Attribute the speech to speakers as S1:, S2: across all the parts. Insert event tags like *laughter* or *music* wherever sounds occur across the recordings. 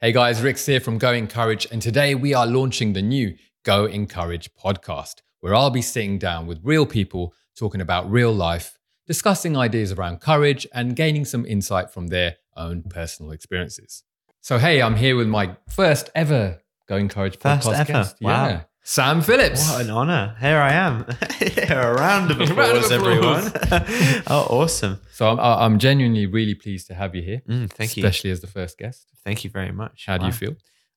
S1: Hey guys, Rex here from Go Encourage, and today we are launching the new Go Encourage podcast, where I'll be sitting down with real people talking about real life, discussing ideas around courage, and gaining some insight from their own personal experiences. So, hey, I'm here with my first ever Go Encourage
S2: First
S1: podcast
S2: ever.
S1: guest.
S2: Wow.
S1: Sam Phillips.
S2: What an honour. Here
S1: *laughs*
S2: I am. *laughs* a round of
S1: A
S2: applause,
S1: round of
S2: everyone. *laughs* oh, awesome.
S1: So, I'm, I- I'm genuinely really pleased to have you here,
S2: Mm, thank you.
S1: especially as the first guest.
S2: Thank you very much.
S1: How do you
S2: Wow.
S1: feel?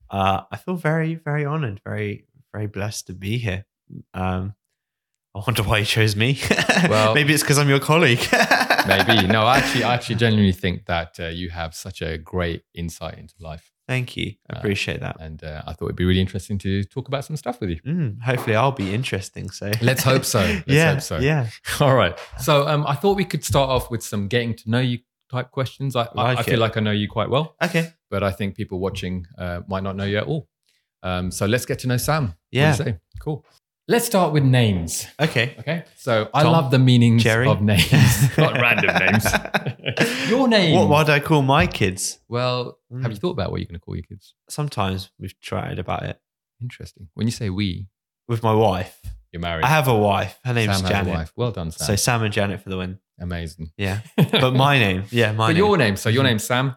S2: Uh, I feel very, very honoured, very, very blessed to be here. Um, I wonder why you chose me. *laughs*
S1: Well-
S2: maybe it's because I'm your colleague.
S1: *laughs* Maybe. No, I actually, I actually genuinely think that uh, you have such a great insight into life.
S2: *laughs* Thank you. I
S1: Uh,
S2: appreciate that.
S1: and uh, I thought it'd be really interesting to talk about some stuff with you.
S2: Mm, hopefully, I'll be interesting. So
S1: Let's hope *laughs* so. Let's
S2: yeah.
S1: hope so.
S2: Yeah.
S1: *laughs* All right. So um, I thought we could start off with some getting to know you type questions. I, I,
S2: Like
S1: I feel
S2: it.
S1: like I know you quite well,
S2: Okay.
S1: but I think people watching uh, might not know you at all. Um, so let's get to know Sam. What do you
S2: Yeah.
S1: say? Cool. Let's start with names.
S2: Okay.
S1: Okay. So I
S2: Tom,
S1: love the meanings
S2: Jerry.
S1: of names, *laughs* not random
S2: *laughs*
S1: names. *laughs* Your name.
S2: What would I call my kids?
S1: Well, have
S2: Mm.
S1: you thought about what you're going to call your kids?
S2: Sometimes we've tried about it
S1: Interesting. When you say we,
S2: with my wife.
S1: you're married.
S2: I have a wife. Her name's
S1: Sam has a
S2: Janet.
S1: wife. Well done, Sam.
S2: So Sam and Janet for the win.
S1: Amazing.
S2: Yeah.
S1: *laughs*
S2: But my name. Yeah, my
S1: but
S2: name.
S1: your name. So
S2: Mm-hmm.
S1: your name's Sam,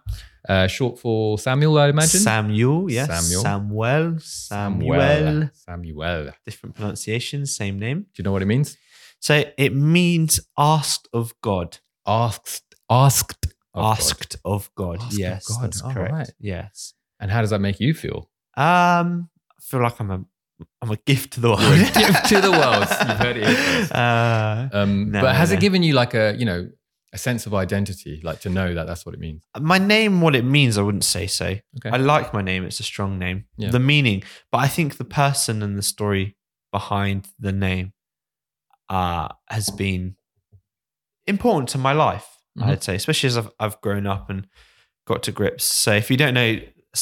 S1: uh, short for Samuel, I imagine.
S2: Samuel, yes.
S1: Samuel.
S2: Samuel. Samuel.
S1: Samuel. Do
S2: Different pronunciations, same name.
S1: you know what it means?
S2: So it means asked of God.
S1: Asked. Asked. of God.
S2: asked of God.
S1: Asked of
S2: yes.
S1: God.
S2: That's
S1: All
S2: correct.
S1: right.
S2: Yes.
S1: And how does that make you feel?
S2: Um I feel like I'm a I'm a gift to the world.
S1: You're a gift to the world. You've heard
S2: *laughs*
S1: it here first.
S2: Uh,
S1: Um,
S2: No,
S1: but has
S2: no.
S1: it given you like a you know a sense of identity, like to know that that's what it means?
S2: my name what it means i wouldn't say so i like my name it's a strong name
S1: Yeah.
S2: the meaning but i think the person and the story behind the name uh, has been important to my life
S1: Mhm.
S2: i'd say especially as I've, I've grown up and got to grips so if you don't know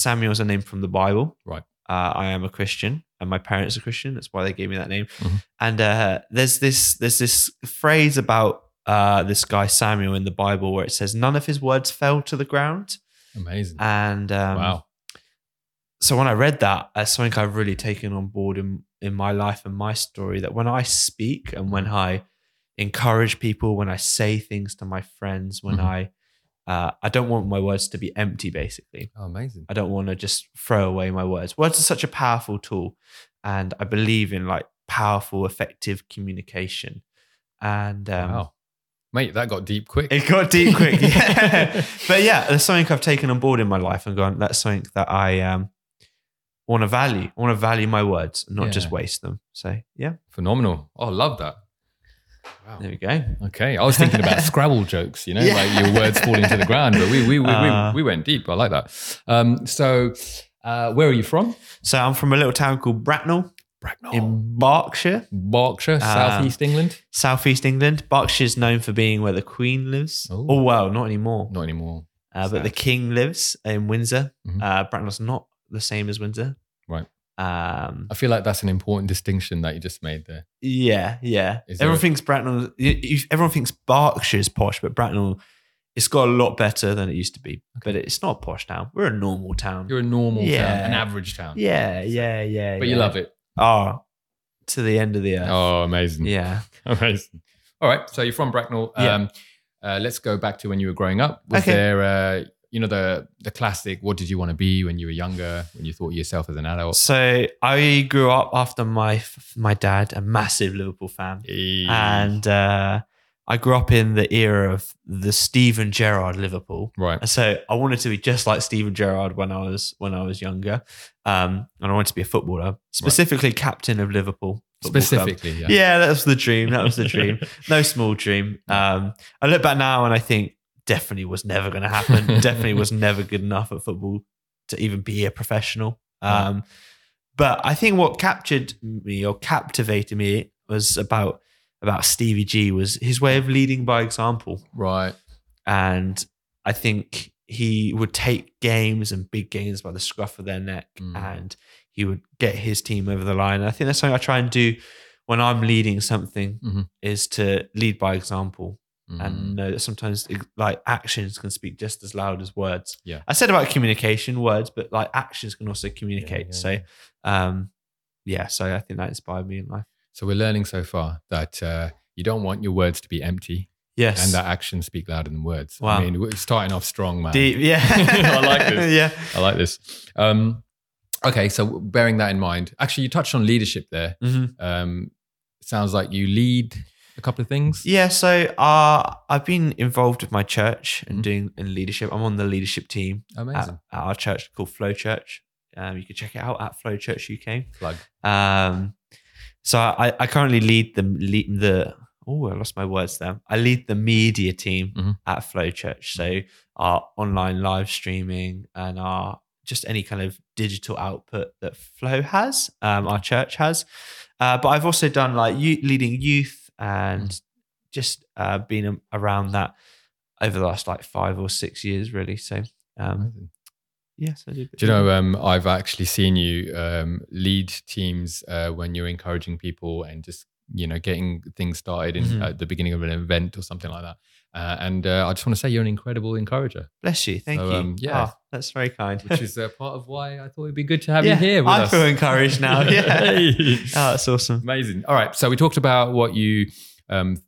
S2: samuel's a name from the bible
S1: Right.
S2: uh, i am a christian and my parents are christian that's why they gave me that name
S1: Mhm.
S2: and uh, there's this there's this phrase about uh, this guy Samuel in the Bible where it says none of his words fell to the ground.
S1: Amazing.
S2: And um,
S1: wow.
S2: so when I read that, that's something I've really taken on board in in my life and my story. That when I speak and when I encourage people, when I say things to my friends, when
S1: Mhm.
S2: I uh, I don't want my words to be empty. Basically,
S1: Oh, amazing.
S2: I don't want to just throw away my words. Words are such a powerful tool, and I believe in like powerful, effective communication. And um,
S1: wow. Mate, that got deep quick.
S2: it got deep quick. *laughs* Yeah. but yeah, there's something I've taken on board in my life and gone, that's something that I um, want to value. I want to value my words and not just
S1: Yeah.
S2: waste them. So yeah,
S1: Phenomenal. Oh, I love that. Wow.
S2: there we go.
S1: Okay, I was thinking
S2: *laughs*
S1: about Scrabble jokes, you know,
S2: Yeah.
S1: like your words falling to the ground, but we we we,
S2: Uh.
S1: we, we went deep. I like that. Um, so, uh, where are you from?
S2: So I'm from a little town called Bracknell Ah.
S1: Bracknell,
S2: in Berkshire,
S1: Berkshire, southeast England.
S2: southeast England. Berkshire's known for being where the Queen lives.
S1: Ooh.
S2: Oh, well, not anymore.
S1: Not anymore.
S2: Uh, but
S1: Sad.
S2: the King lives in Windsor.
S1: Mhm.
S2: Uh, Bracknell's not the same as Windsor.
S1: Right.
S2: Um,
S1: I feel like that's an important distinction that you just made there.
S2: Yeah, yeah.
S1: Is there
S2: everyone
S1: a-
S2: thinks Bracknell. You, you, everyone thinks Berkshire's posh, but Bracknell, it's got a lot better than it used to be. But it's not a posh town. We're a normal town.
S1: You're a normal town,
S2: Yeah.
S1: an average town.
S2: yeah, yeah, yeah.
S1: but you love it.
S2: Oh, to the end of the earth.
S1: Oh, amazing!
S2: Yeah.
S1: amazing. All right, so you're from Bracknell.
S2: Yeah.
S1: Um, uh, let's go back to when you were growing up. Was
S2: Okay.
S1: there, uh, you know, the the classic? What did you want to be when you were younger? When you thought of yourself as an adult?
S2: So I grew up after my f- my dad, a massive Liverpool fan, and uh, I grew up in the era of the Steven Gerrard Liverpool.
S1: right.
S2: So I wanted to be just like Steven Gerrard when I was when I was younger, um, and I wanted to be a footballer, specifically captain of Liverpool. Football Club.
S1: specifically yeah.
S2: Yeah, that was the dream. That was the dream. no small dream. Um, I look back now and I think definitely was never going to happen. definitely was never good enough at football to even be a professional. Um, but I think what captured me or captivated me was about about Stevie G was his way of leading by example
S1: right
S2: and I think he would take games and big games by the scruff of their neck,
S1: Mm.
S2: and he would get his team over the line. And I think that's something I try and do when I'm leading something
S1: Mhm.
S2: is to lead by
S1: Mm-hmm.
S2: example.
S1: Mm.
S2: and know that sometimes it- like actions can speak just as loud as words.
S1: Yeah.
S2: I said about communication words, but like actions can also communicate.
S1: yeah,
S2: so, um, yeah, so I think that inspired me in life.
S1: So we're learning so far that uh, you don't want your words to be empty
S2: Yes.
S1: and that actions speak louder than words.
S2: Wow.
S1: I mean, we're starting off strong, man.
S2: Deep, yeah.
S1: *laughs* I like this.
S2: *laughs* Yeah.
S1: I like this. Um, okay, so bearing that in mind, actually, you touched on leadership there.
S2: Mhm.
S1: Um, sounds like you lead a couple of things.
S2: Yeah. So, uh, I've been involved with my church and
S1: Mhm.
S2: doing in leadership. I'm on the leadership team at,
S1: Amazing.
S2: at our church called Flow Church. Um, you can check it out at Flow Church UK.
S1: Plug.
S2: Um, so I, I currently lead the lead the oh I lost my words there. I lead the media team
S1: Mhm.
S2: at Flow Church. So our online live streaming and our just any kind of digital output that Flow has, um, our church has. Uh, but I've also done like you, leading youth and
S1: Mm-hmm.
S2: just uh, been a- around that over the last like five or six years, really. So um,
S1: Amazing.
S2: yes, I did.
S1: Mm-hmm. Do you know, um, I've actually seen you um, lead teams uh, when you're encouraging people and just, you know, getting things started in,
S2: Mhm.
S1: at the beginning of an event or something like that. Uh, and uh, I just want to say you're an incredible encourager,
S2: Bless you. Thank
S1: So,
S2: you.
S1: um, yeah.
S2: Ah, that's very kind.
S1: which is uh, part of why I thought it'd be good to have
S2: Yeah,
S1: you here with
S2: I
S1: us.
S2: feel encouraged
S1: *laughs*
S2: now. Yeah.
S1: Hey.
S2: *laughs* Oh, that's awesome.
S1: Amazing. All right. So we talked about what you um,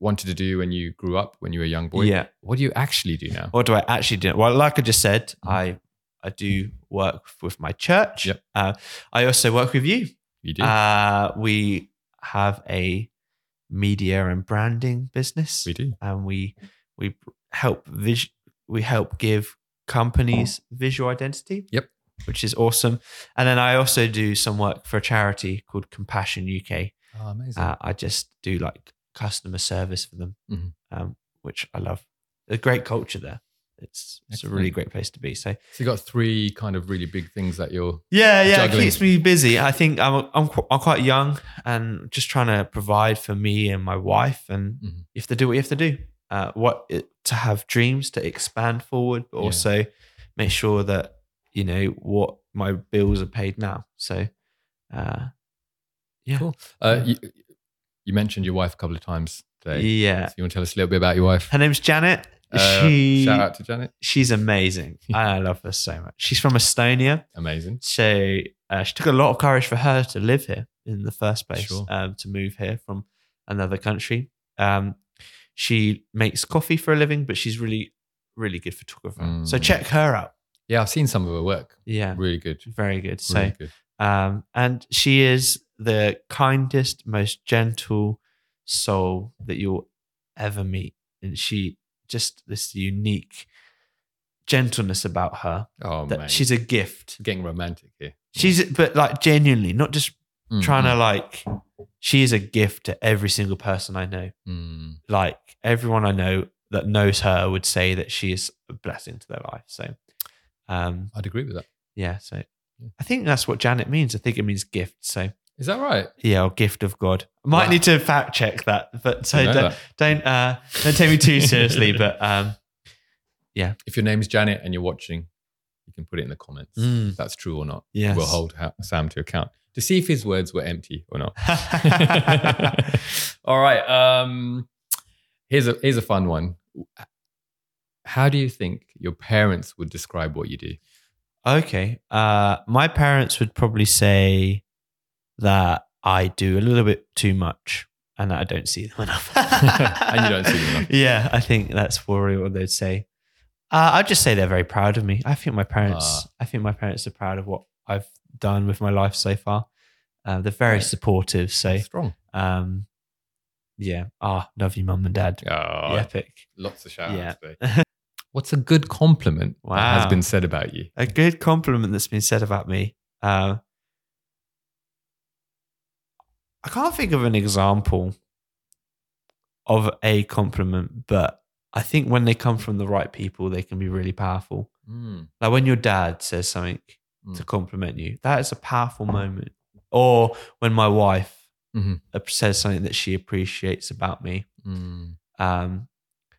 S1: wanted to do when you grew up, when you were a young boy.
S2: Yeah.
S1: What do you actually do now?
S2: What do I actually do? Well, like I just said, I I do work with my church.
S1: Yep.
S2: Uh, I also work with you.
S1: You do.
S2: Uh, we have a media and branding business,
S1: we do.
S2: and we we help vis- we help give companies visual identity.
S1: Yep.
S2: Which is awesome. And then I also do some work for a charity called Compassion UK.
S1: Oh, amazing.
S2: Uh, I just do like customer service for them,
S1: Mhm.
S2: um, which I love. A great culture there. It's it's a really
S1: Excellent.
S2: great place to be. So
S1: so you got three kind of really big things that you're.
S2: yeah, yeah,
S1: Juggling.
S2: it keeps me busy. I think I'm I'm, qu- I'm quite young and just trying to provide for me and my wife, and
S1: Mhm.
S2: you have to do what you have to do. Uh, what it, to have dreams to expand forward, but
S1: Yeah.
S2: also make sure that you know what my bills are paid now. So uh, yeah,
S1: Cool. Uh, you, you mentioned your wife a couple of times today.
S2: yeah.
S1: So you want to tell us a little bit about your wife?
S2: Her name's Janet.
S1: Uh,
S2: she
S1: Shout out to Janet. *laughs*
S2: she's amazing. I love her so much. She's from Estonia,
S1: Amazing.
S2: so uh, she took a lot of courage for her to live here in the first place,
S1: Sure.
S2: um, to move here from another country. Um, she makes coffee for a living, but she's really, really good photographer. So
S1: Mm.
S2: check her out.
S1: Yeah, I've seen some of her work.
S2: Yeah,
S1: Really good.
S2: very good. So
S1: Really good.
S2: um, and she is the kindest, most gentle soul that you'll ever meet. And she just this unique gentleness about her
S1: Oh,
S2: that
S1: man. She's
S2: she's a gift.
S1: getting romantic here.
S2: She's but like genuinely, not just
S1: Mm,
S2: trying to like. She is a gift to every single person I know.
S1: mm,
S2: Like everyone I know that knows her would say that she is a blessing to their life. So, um,
S1: I'd agree with that.
S2: yeah. So,
S1: Yeah.
S2: I think that's what Janet means. I think it means gift. So,
S1: Is that right?
S2: yeah, or gift of God. Might
S1: Wow.
S2: need to fact check that, but so
S1: Didn't know
S2: don't
S1: that.
S2: don't uh, don't take me too seriously.
S1: *laughs*
S2: But um,
S1: if your name's Janet and you're watching, you can put it in the comments
S2: mm,
S1: if that's true or not.
S2: yes,
S1: We'll
S2: *laughs*
S1: hold ha- Sam to account to see if his words were empty or not. *laughs* All right. Um, here's a here's a fun one. How do you think your parents would describe what you do?
S2: okay. Uh, my parents would probably say that I do a little bit too much, and that I don't see them *laughs* enough.
S1: And you don't see them enough.
S2: Yeah, I think that's probably what they'd say. Uh, I'd just say they're very proud of me. I think my
S1: Ah.
S2: parents. I think my parents are proud of what I've done with my life so far. Uh, they're very
S1: Right.
S2: supportive. So.
S1: Strong.
S2: Um, yeah. Ah, love you, mum and dad.
S1: Oh,
S2: Epic.
S1: Lots of shout
S2: Yeah.
S1: outs today. *laughs* What's a good compliment that has
S2: Wow.
S1: been said about you?
S2: A good compliment that's been said about me. Um, I can't think of an example of a compliment, but I think when they come from the right people, they can be really powerful.
S1: Mm,
S2: Like when your dad says something to
S1: Mm.
S2: compliment you, that is a powerful moment. Or when my wife
S1: Mhm.
S2: uh, says something that she appreciates about me,
S1: mm,
S2: Um,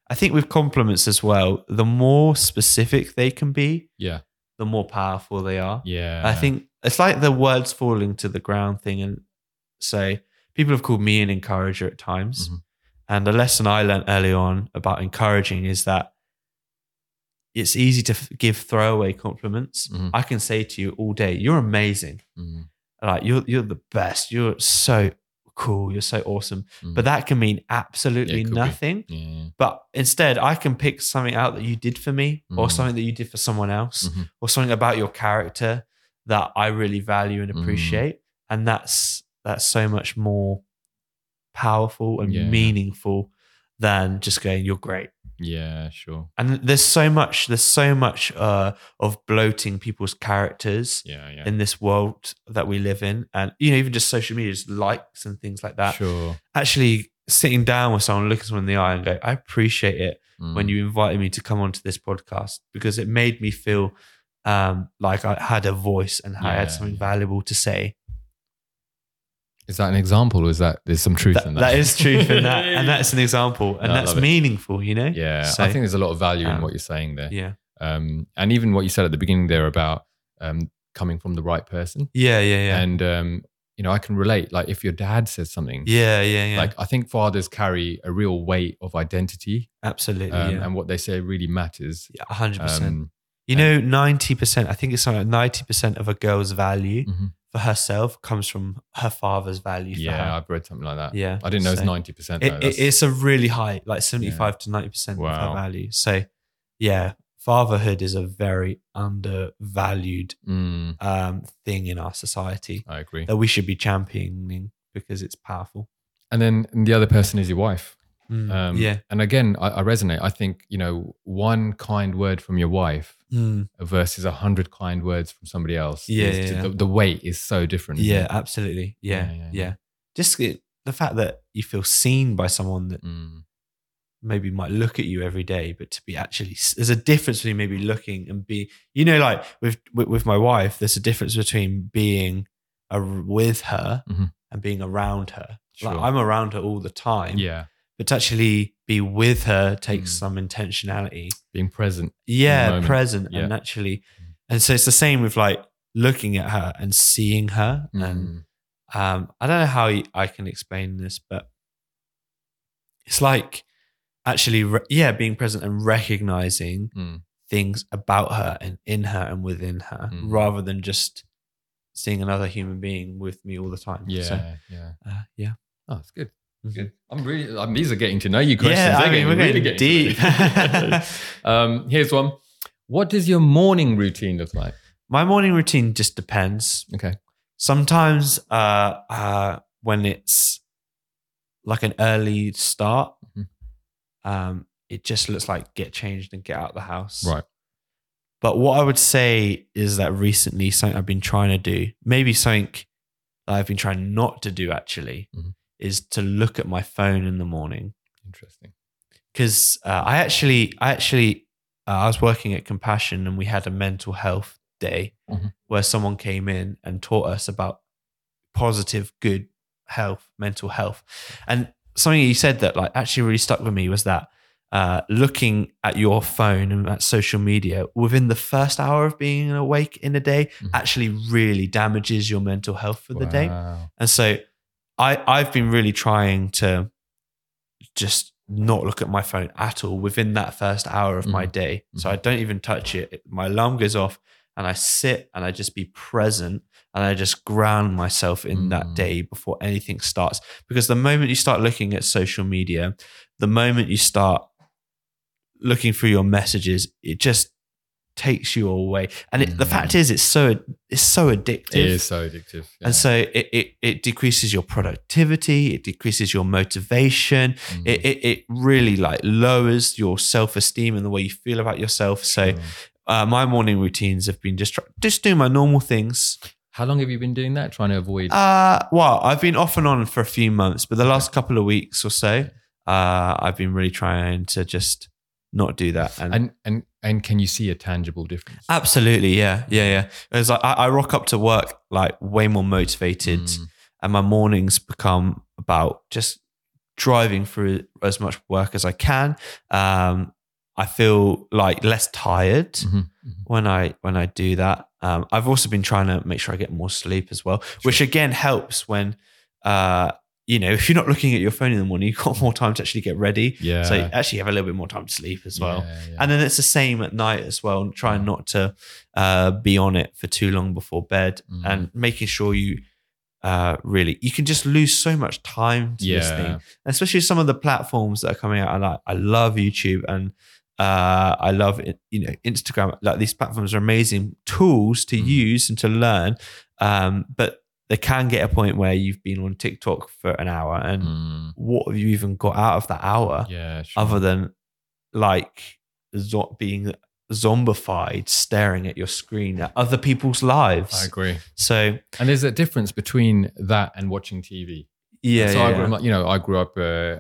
S2: I think with compliments as well, the more specific they can be,
S1: yeah.
S2: the more powerful they are.
S1: Yeah.
S2: I think it's like the words falling to the ground thing. And so people have called me an encourager at times.
S1: Mhm.
S2: And a lesson I learned early on about encouraging is that it's easy to f- give throwaway compliments.
S1: Mhm.
S2: I can say to you all day, "You're amazing.
S1: Mm,
S2: Like you're you're the best. You're so cool. You're so awesome."
S1: Mm.
S2: But that can mean absolutely
S1: could be.
S2: nothing.
S1: yeah.
S2: But instead, I can pick something out that you did for me, or
S1: Mm.
S2: something that you did for someone else,
S1: Mhm.
S2: or something about your character that I really value and
S1: Mm.
S2: appreciate. And that's that's so much more powerful and
S1: Yeah.
S2: meaningful than just going, "You're great."
S1: Yeah, sure.
S2: And there's so much there's so much uh, of bloating people's characters
S1: Yeah, yeah.
S2: in this world that we live in, and you know even just social media's likes and things like that.
S1: sure.
S2: Actually, sitting down with someone, looking someone in the eye, and go, "I appreciate it."
S1: Mm.
S2: when you invited me to come onto this podcast because it made me feel um, like I had a voice and I
S1: Yeah,
S2: had something
S1: yeah.
S2: valuable to say.
S1: is that an example, or is that there's some truth in
S2: That,
S1: that?
S2: that is truth, and
S1: *laughs*
S2: that and that's an example, and
S1: No, I
S2: that's
S1: love it.
S2: meaningful. You know,
S1: Yeah,
S2: So,
S1: I think there's a lot of value in
S2: um,
S1: what you're saying there.
S2: yeah,
S1: Um, and even what you said at the beginning there about um, coming from the right person.
S2: yeah, yeah, yeah,
S1: And um, you know, I can relate. Like if your dad says something,
S2: yeah, yeah, yeah.
S1: like I think fathers carry a real weight of identity,
S2: absolutely,
S1: um,
S2: yeah,
S1: and what they say really matters.
S2: Yeah, a hundred percent.
S1: Um,
S2: You know, ninety percent. I think it's something like ninety percent of a girl's value
S1: Mhm.
S2: for herself comes from her father's value. For
S1: yeah,
S2: her.
S1: I've read something like that.
S2: yeah.
S1: I didn't know it's
S2: So-
S1: ninety percent.
S2: it, it- it's a really high, like 75 to 90% of
S1: Wow.
S2: her value. So, yeah, fatherhood is a very undervalued
S1: Mm,
S2: um, thing in our society
S1: I agree.
S2: that we should be championing because it's powerful.
S1: And then the other person is your wife.
S2: Mm,
S1: Um,
S2: yeah.
S1: And again, I, I resonate. I think you know one kind word from your wife
S2: Mm,
S1: versus a hundred kind words from somebody else.
S2: Yeah,
S1: is-
S2: yeah, yeah.
S1: The, the weight is so different. isn't
S2: yeah,
S1: it?
S2: absolutely. Yeah,
S1: Yeah,
S2: yeah.
S1: yeah,
S2: Just it- the fact that you feel seen by someone that
S1: Mm,
S2: maybe might look at you every day, but to be actually, there's a difference between maybe looking and being, you know, like with with, with my wife, there's a difference between being a, with her
S1: Mhm.
S2: and being around her. Like
S1: Sure.
S2: I'm around her all the time,
S1: yeah,
S2: but to actually be with her takes
S1: Mm.
S2: some intentionality.
S1: being present.
S2: Yeah,
S1: moment.
S2: present
S1: Yeah.
S2: and actually, and so it's the same with like looking at her and seeing her and
S1: Mm,
S2: um, I don't know how y- I can explain this, but it's like actually, re- yeah, being present and recognizing
S1: Mm.
S2: things about her and in her and within her,
S1: Mm.
S2: rather than just seeing another human being with me all the time.
S1: yeah,
S2: so,
S1: yeah.
S2: uh, yeah,
S1: Oh, it's good.
S2: Mhm.
S1: Good. I'm really. I'm, these are getting to know you questions.
S2: yeah.
S1: They're
S2: I mean, we're
S1: really
S2: going
S1: getting
S2: deep.
S1: to know you. *laughs* um, here's one. What does your morning routine look like?
S2: My morning routine just depends.
S1: Okay.
S2: Sometimes, uh, uh, when it's like an early start,
S1: Mhm.
S2: um, it just looks like get changed and get out of the house.
S1: Right.
S2: But what I would say is that recently, something I've been trying to do, maybe something that I've been trying not to do actually,
S1: Mhm.
S2: is to look at my phone in the morning
S1: Interesting.
S2: because uh, I actually, I actually, uh, I was working at Compassion and we had a mental health day
S1: Mhm.
S2: where someone came in and taught us about positive, good health, mental health, and something he said that like actually really stuck with me was that uh, looking at your phone and at social media within the first hour of being awake in a day
S1: Mhm.
S2: actually really damages your mental health for the day.
S1: Wow.
S2: And so I I've been really trying to just not look at my phone at all within that first hour of
S1: Mm-hmm.
S2: my day. So I don't even touch it. My alarm goes off and I sit and I just be present and I just ground myself in
S1: Mm.
S2: that day before anything starts. Because the moment you start looking at social media, the moment you start looking through your messages, it just takes you away. And it, the
S1: Mm.
S2: fact is it's so it's so addictive.
S1: It is so addictive. Yeah.
S2: And so it, it, it decreases your productivity, it decreases your motivation,
S1: Mm,
S2: it, it, it really like lowers your self esteem and the way you feel about yourself. So
S1: sure.
S2: uh, my morning routines have been just, try- just doing my normal things.
S1: How long have you been doing that? Trying to avoid.
S2: Uh, well, I've been off and on for a few months, but the last couple of weeks or so, uh, I've been really trying to just not do that. And,
S1: and and and can you see a tangible difference?
S2: absolutely, yeah, yeah, yeah. It's like I, I rock up to work like way more motivated.
S1: Mm,
S2: and my mornings become about just driving through as much work as I can. Um, I feel like less tired
S1: mhm, mhm.
S2: when I when I do that. Um, I've also been trying to make sure I get more sleep as well, which again helps when uh, you know, if you're not looking at your phone in the morning, *laughs* you've got more time to actually get ready.
S1: Yeah.
S2: So you actually have a little bit more time to sleep as well.
S1: Yeah, yeah. Mm.
S2: And then it's the same at night as well. Trying not to uh, be on it for too long before bed,
S1: Mhm.
S2: and making sure you uh, really you can just lose so much time to this
S1: yeah.
S2: thing, especially some of the platforms that are coming out. I like, I love YouTube and uh, I love it- you know Instagram. Like these platforms are amazing tools to
S1: Mhm.
S2: use and to learn, um, but they can get a point where you've been on TikTok for an hour, and
S1: Mm,
S2: what have you even got out of that hour?
S1: yeah. Sure.
S2: other than like zo- being zombified, staring at your screen at other people's
S1: I
S2: lives.
S1: agree.
S2: So
S1: And there's a difference between that and watching TV.
S2: yeah,
S1: so
S2: yeah,
S1: I grew,
S2: yeah.
S1: up- you know, I grew up uh,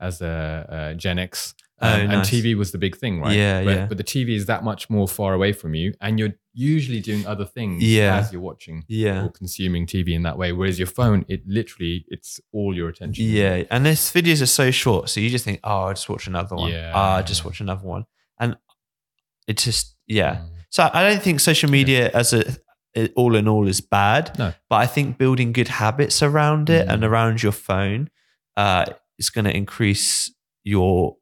S1: as a, uh Gen X,
S2: Oh,
S1: um, and
S2: nice.
S1: TV was the big thing, right?
S2: Yeah,
S1: but,
S2: yeah.
S1: But the TV is that much more far away from you, and you're usually doing other things
S2: Yeah.
S1: as you're watching
S2: yeah.
S1: or consuming TV in that way. Whereas your phone, it literally, it's all your attention.
S2: Yeah, and this videos are so short, so you just think, "Oh, I just watch another one.
S1: Yeah.
S2: Ah, I just watch another one," and it just yeah.
S1: Mm.
S2: So I don't think social media as a it- all in all is bad,
S1: No.
S2: but I think building good habits around it
S1: Mm.
S2: and around your phone uh, is going to increase your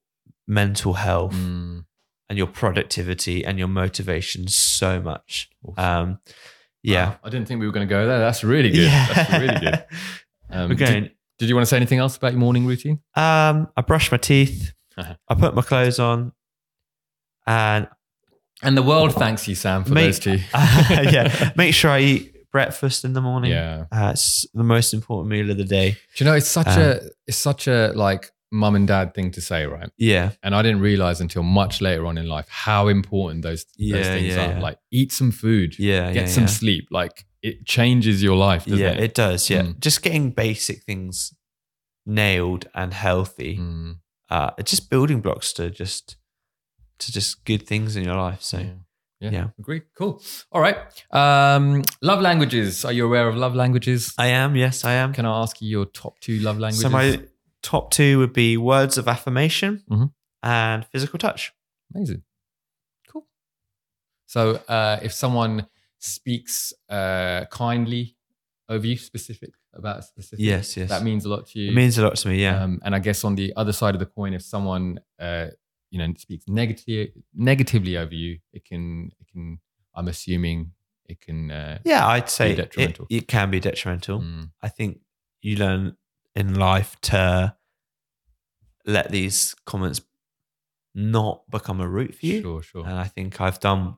S2: mental health
S1: Mm.
S2: and your productivity and your motivation so much.
S1: Awesome.
S2: Um, yeah.
S1: Wow, I didn't think we were going to go there. That's really good.
S2: Yeah.
S1: That's really good. Um,
S2: *laughs* We're
S1: did,
S2: going.
S1: did you want to say anything else about your morning routine?
S2: Um, I brush my teeth.
S1: Uh-huh.
S2: I put my clothes on, and *laughs*
S1: And the world thanks you, Sam, for
S2: Mate,
S1: those two. *laughs*
S2: yeah, make sure I eat breakfast in the morning.
S1: Yeah.
S2: Uh, it's the most important meal of the day.
S1: Do you know it's such
S2: Um,
S1: a it's such a like mum and dad thing to say, right?
S2: Yeah,
S1: And I didn't realize until much later on in life how important those,
S2: Yeah,
S1: those things
S2: yeah,
S1: are.
S2: yeah.
S1: Like eat some food,
S2: yeah,
S1: get
S2: yeah,
S1: some
S2: yeah.
S1: sleep. Like it changes your life, doesn't
S2: yeah,
S1: it?
S2: it? does. Yeah,
S1: Mm.
S2: just getting basic things nailed and healthy.
S1: Mm,
S2: Uh, it's just building blocks to just to just good things in your life. So.
S1: yeah. Yeah,
S2: yeah.
S1: Agree. Cool. All right. Um, love languages. Are you aware of love languages?
S2: I am. Yes, I am.
S1: Can I ask you your top two love languages?
S2: So my top two would be words of affirmation
S1: Mhm.
S2: and physical touch.
S1: Amazing. Cool. So uh, if someone speaks uh, kindly over you, specific about a specific,
S2: Yes, yes.
S1: that means a lot to you.
S2: it means a lot to me. Yeah.
S1: Um, and I guess on the other side of the coin, if someone uh, you know speaks negative negatively over you, it can it can I'm assuming it can uh,
S2: yeah, I'd say it-
S1: detrimental.
S2: It, can be detrimental.
S1: mm,
S2: I think you learn in life to let these comments not become a root for you. Uh,
S1: sure sure
S2: And I think I've done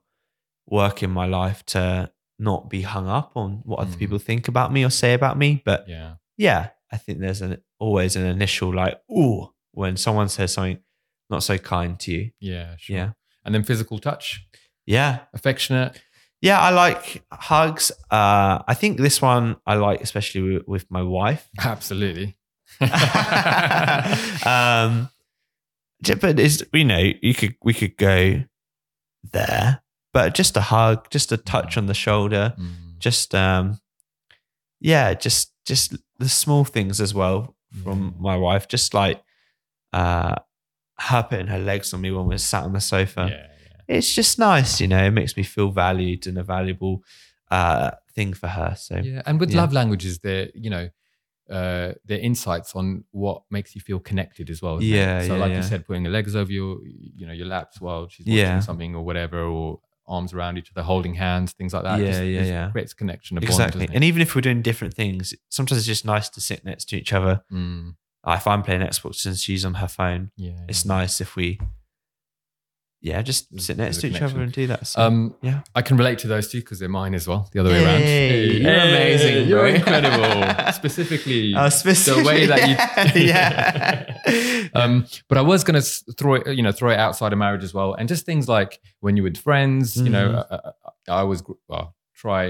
S2: work in my life to not be hung up on what other
S1: Mm.
S2: people think about me or say about me, but
S1: yeah
S2: yeah, I think there's an always an initial like, ooh, when someone says something not so kind to you.
S1: yeah sure.
S2: Yeah.
S1: And then physical touch,
S2: Yeah.
S1: affectionate.
S2: Yeah, I like hugs. Uh, I think this one I like, especially with, with my wife. *laughs*
S1: Absolutely. *laughs* Mm,
S2: um, j- but is you know you could we could go there, but just a hug, just a touch on the shoulder,
S1: Mm,
S2: just um, yeah, just just the small things as well from
S1: yeah.
S2: my wife, just like uh, her putting her legs on me when we're sat on the sofa.
S1: yeah, yeah.
S2: It's just nice, you know. It makes me feel valued and a valuable uh, thing for her. So
S1: Yeah, and with
S2: Yeah.
S1: love languages, they're you know, uh, they're insights on what makes you feel connected as well. isn't it?
S2: Yeah,
S1: So
S2: yeah,
S1: like
S2: yeah.
S1: you said, putting your legs over your you know your laps while she's watching
S2: Yeah.
S1: something or whatever, or arms around each other, holding hands, things like that.
S2: Yeah, yeah, yeah.
S1: Creates connection, a bond,
S2: exactly.
S1: doesn't
S2: and
S1: it?
S2: even if we're doing different things, sometimes it's just nice to sit next to each other.
S1: Mm,
S2: Uh, If I'm playing Xbox and she's on her phone,
S1: yeah,
S2: it's
S1: yeah.
S2: nice if we, yeah, just
S1: There's-
S2: sit next
S1: there's
S2: to
S1: a
S2: each
S1: connection.
S2: other and do that. So.
S1: Um,
S2: Yeah.
S1: I can relate to those two because they're mine as well. The other way around.
S2: Hey, you're amazing,
S1: You're
S2: bro. *laughs*
S1: incredible. Specifically,
S2: Uh, specific-
S1: way that *laughs* you-
S2: *laughs* yeah, yeah.
S1: Um, but I was going to throw it, you know, throw it outside of marriage as well, and just things like when you're with friends, you know,
S2: Mhm.
S1: I, I, I always gr- well, try.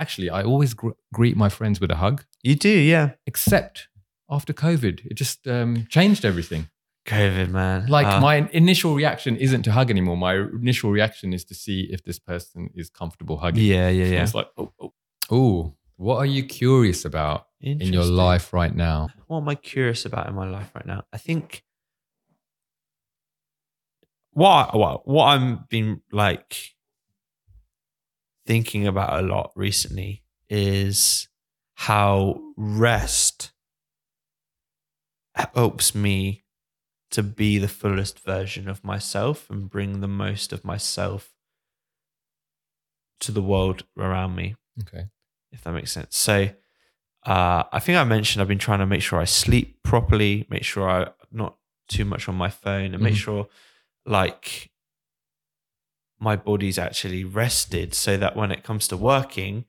S1: Actually, I always gr- greet my friends with a hug,
S2: you do, yeah.
S1: Um, except after COVID, it just um, changed everything.
S2: COVID, man.
S1: Like
S2: Uh,
S1: my initial reaction isn't to hug anymore. My initial reaction is to see if this person is comfortable hugging.
S2: Yeah, yeah,
S1: And
S2: yeah.
S1: It's like, oh, oh, oh, what are you curious about *laughs* in your
S2: Interesting.
S1: life right now?
S2: What am I curious about in my life right now? I think what what what I'm been like thinking about a lot recently is how rest helps me to be the fullest version of myself and bring the most of myself to the world around me,
S1: Okay.
S2: if that makes sense. So uh, I think I mentioned I've been trying to make sure I sleep properly, make sure I'm not too much on my phone, and make
S1: Mhm.
S2: sure like my body's actually rested so that when it comes to working,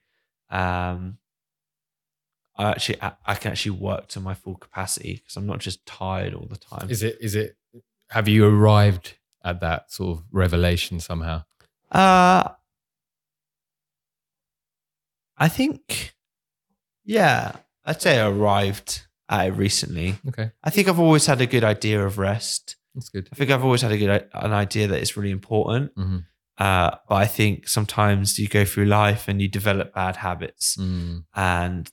S2: um, I actually I, I can actually work to my full capacity because I'm not just tired all the time.
S1: Is it? Is it? Have you arrived at that sort of revelation somehow?
S2: Uh, I think, yeah, I'd say I arrived at it recently.
S1: Okay,
S2: I think I've always had a good idea of rest.
S1: that's good.
S2: I think I've always had a good i- an idea that it's really important.
S1: Mhm.
S2: Uh, but I think sometimes you go through life and you develop bad habits,
S1: Mm,
S2: and